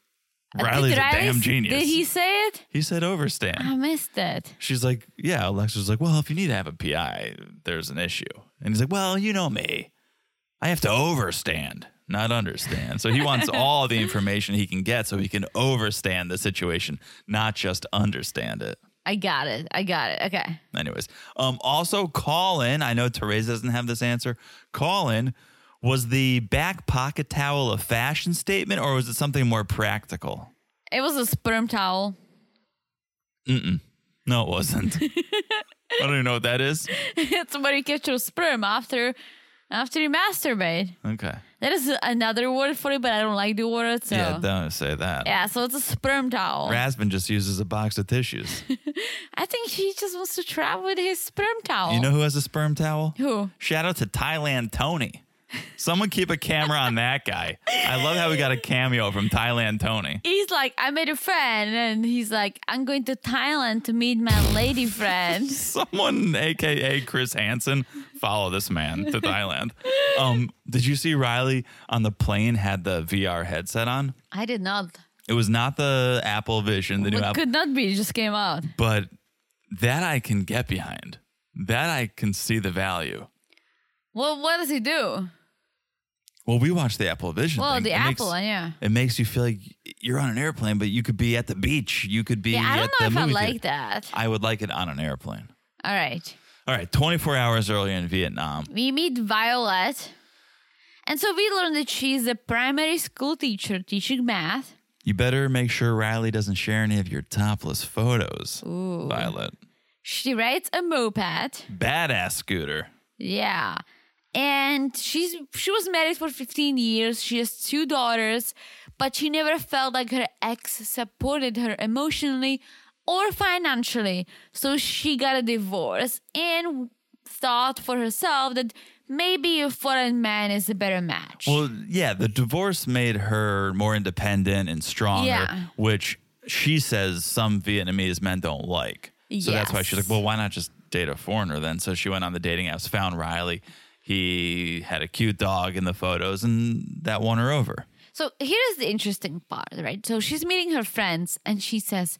Did
Riley's a damn
Riley-
genius.
Did he Ah. say it?
He said overstand.
I missed it.
She's like, yeah. Alexa's like, well, if you need to have a PI, there's an issue. And he's like, well, you know me. I have to overstand, not understand. So he wants all the information he can get so he can overstand the situation, not just understand it.
I got it. I got it. Okay.
Anyways, um, also call in. I know Teresa doesn't have this answer. Call in was the back pocket towel a fashion statement or was it something more practical?
It was a sperm towel.
No, it wasn't. I don't even know what that is.
it's where you catch your sperm after after you masturbate.
Okay.
That is another word for it, but I don't like the word. So
Yeah, don't say that.
Yeah, so it's a sperm towel.
Raspin just uses a box of tissues.
I think he just wants to travel with his sperm towel.
You know who has a sperm towel?
Who?
Shout out to Thailand Tony. Someone keep a camera on that guy. I love how we got a cameo from Thailand Tony.
he's like, I made a friend, and he's like, I'm going to Thailand to meet my lady friend.
Someone, aka Chris Hansen, follow this man to Thailand. Um, did you see Riley on the plane had the VR headset on?
I did not.
It was not the Apple Vision, the new
It
Apple,
could not be. It just came out.
but that I can get behind. That I can see the value.
Well, what does he do?
Well, we watched the Apple Vision.
Well,
thing.
the
It
Apple
makes-
one, yeah.
It makes you feel like you're on an airplane, but you could be at the beach. You could be.
Yeah, I
at
don't know
the
if I
movie
like
theater.
that.
I would like it on an airplane.
All right.
All right, 24 hours earlier in Vietnam.
We meet Violet. And so we learn that she's a primary school teacher teaching math.
You better make sure Riley doesn't share any of your topless photos. Violet.
She rides a moped.
Badass scooter.
Yeah. And she's she was married for 15 years. She has two daughters, but she never felt like her ex supported her emotionally or financially. So she got a divorce and thought for herself that maybe a foreign man is a better match.
Well, yeah, the divorce made her more independent and stronger,
Yeah.
which she says some Vietnamese men don't like. So that's why she's like,
Yes.
well, why not just date a foreigner then? So she went on the dating apps, found Riley. He had a cute dog in the photos, and that won her over.
So here's the interesting part, right? So she's meeting her friends and she says,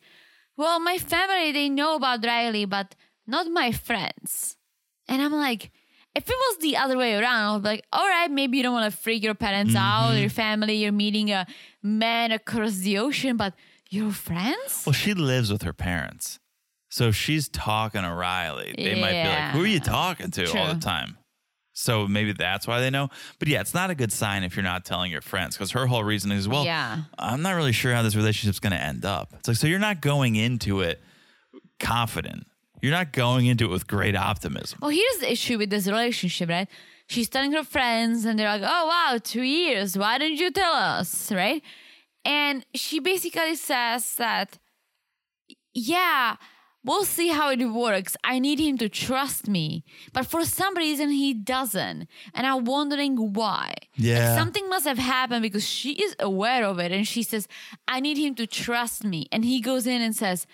Well, my family, they know about Riley, but not my friends. And I'm like, if it was the other way around, I would be like, all right, maybe you don't want to freak your parents out, your family, you're meeting a man across the ocean, but your friends?
Well, she lives with her parents. So if she's talking to Riley, they might be like,
Yeah.
Who are you talking to all
True.
the time? So maybe that's why they know. But yeah, it's not a good sign if you're not telling your friends because her whole reason is, Well,
Yeah.
I'm not really sure how this relationship's going to end up. It's like, so you're not going into it confident, you're not going into it with great optimism.
Well, here's Oh, the issue with this relationship, right? She's telling her friends, and they're like, oh, wow, two years. Why didn't you tell us, right? And she basically says that, yeah, we'll see how it works. I need him to trust me. But for some reason, he doesn't. And I'm wondering why.
Yeah.
Like, something must have happened because she is aware of it. And she says, I need him to trust me. And he goes in and says,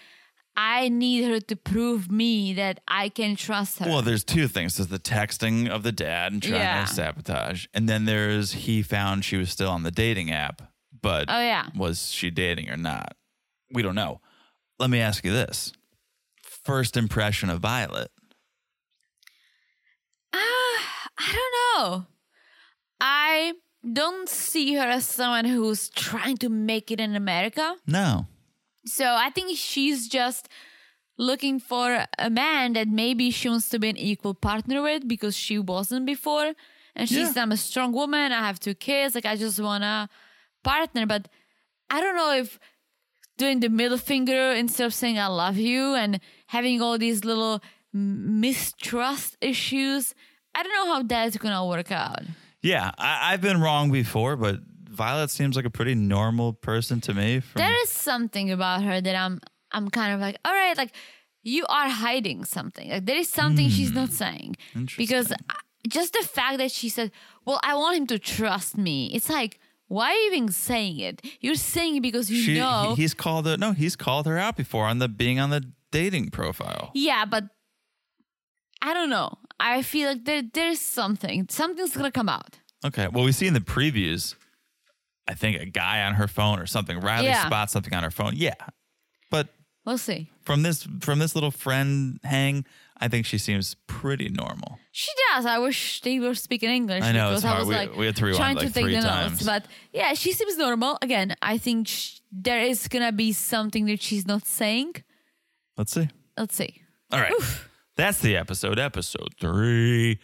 I need her to prove me that I can trust her.
Well, there's two things. There's the texting of the dad and trying
Yeah.
to sabotage. And then there's he found she was still on the dating app, but
Oh, yeah.
was she dating or not? We don't know. Let me ask you this. First impression of Violet.
I don't know. I don't see her as someone who's trying to make it in America.
No.
So I think she's just looking for a man that maybe she wants to be an equal partner with because she wasn't before. And she's,
Yeah.
I'm a strong woman. I have two kids. Like, I just want a partner. But I don't know if doing the middle finger instead of saying I love you and having all these little m- mistrust issues. I don't know how that's going to work out.
Yeah, I, I've been wrong before, but Violet seems like a pretty normal person to me. From,
There is something about her that I'm I'm kind of like, all right, like you are hiding something. Like there is something she's not
Hmm.
saying. Because I, just the fact that she said, "Well, I want him to trust me." It's like, why are you even saying it? You're saying it because you
she, he-
know.
he's called her, no, he's called her out before on the being on the dating profile.
yeah, but I don't know. I feel like there there's something. Something's going to come out.
Okay. Well, we see in the previews, I think a guy on her phone or something. Riley
Yeah.
spots something on her phone. Yeah, but
We'll see.
from this from this little friend hang, I think she seems pretty normal.
She does. I wish they were speaking English.
I know,
because
it's
I
hard.
was
We-
like
we had to rewind,
trying to
like,
take
three
the
times.
notes, but yeah, she seems normal. Again, I think sh there is gonna be something that she's not saying.
Let's see.
Let's see.
All right, that's the episode. Episode three.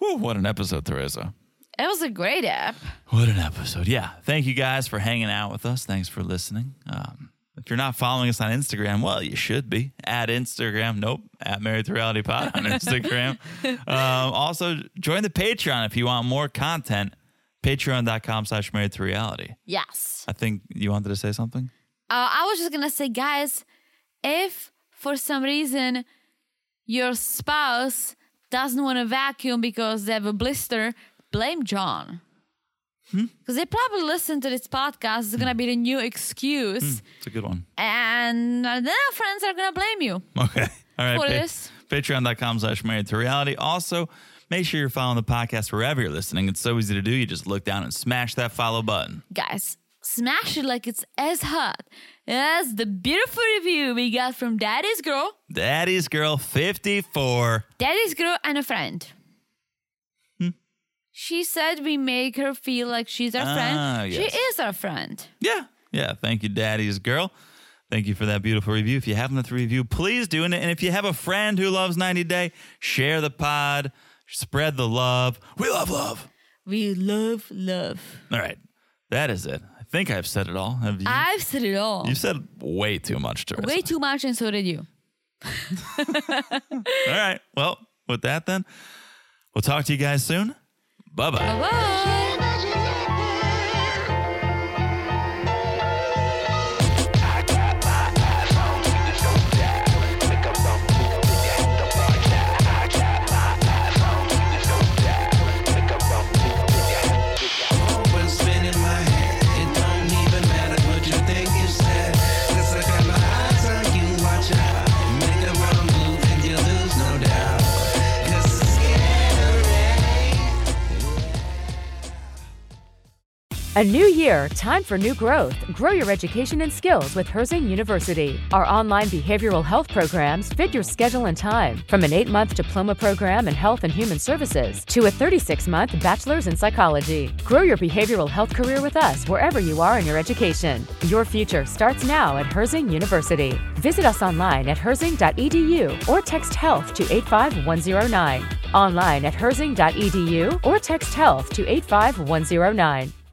Woo, what an episode, Teresa.
It was a great app.
What an episode. Yeah. Thank you guys for hanging out with us. Thanks for listening. Um, if you're not following us on Instagram, well, you should be. At Instagram. Nope. At Married to Reality Pod on Instagram. um, also, join the Patreon if you want more content. Patreon.com slash Married to Reality.
Yes.
I think you wanted to say something?
Uh, I was just gonna say, guys, if for some reason your spouse doesn't want to vacuum because they have a blister, blame John.
Hmm?
Because they probably listen to this podcast. It's gonna be the new excuse.
It's a good one.
and then our friends are gonna blame you.
Okay. All right.
For this.
Patreon.com slash married to reality. Also, make sure you're following the podcast wherever you're listening. It's so easy to do. You just look down and smash that follow button.
Guys, smash it like it's as hot as the beautiful review we got from Daddy's Girl,
Daddy's Girl 54. Hmm.
Daddy's Girl, and a friend. She said we make her feel like she's our
Ah,
friend.
yes.
She is our friend.
Yeah. Yeah. Thank you, Daddy's girl. Thank you for that beautiful review. If you haven't left a review, please do. And and if you have a friend who loves 90 Day, share the pod, spread the love. We love love.
We love love.
All right. That is it. I think I've said it all. Have you?
I've said it all.
You've said way too much, Teresa.
Way too much, and so did you.
All right. Well, with that, then, we'll talk to you guys soon. Bye bye.
Bye.
Always spinning my head. It don't even matter what you think you said. 'Cause I got my eyes on you, watch out. Make a wrong move and you lose, no doubt. 'Cause it's
A new year, time for new growth. Grow your education and skills with Herzing University. Our online behavioral health programs fit your schedule and time, from an eight month diploma program in health and human services to a 36 month bachelor's in psychology. Grow your behavioral health career with us wherever you are in your education. Your future starts now at Herzing University. Visit us online at herzing.edu or text health to E 85109. Online at herzing.edu or text health to 85109.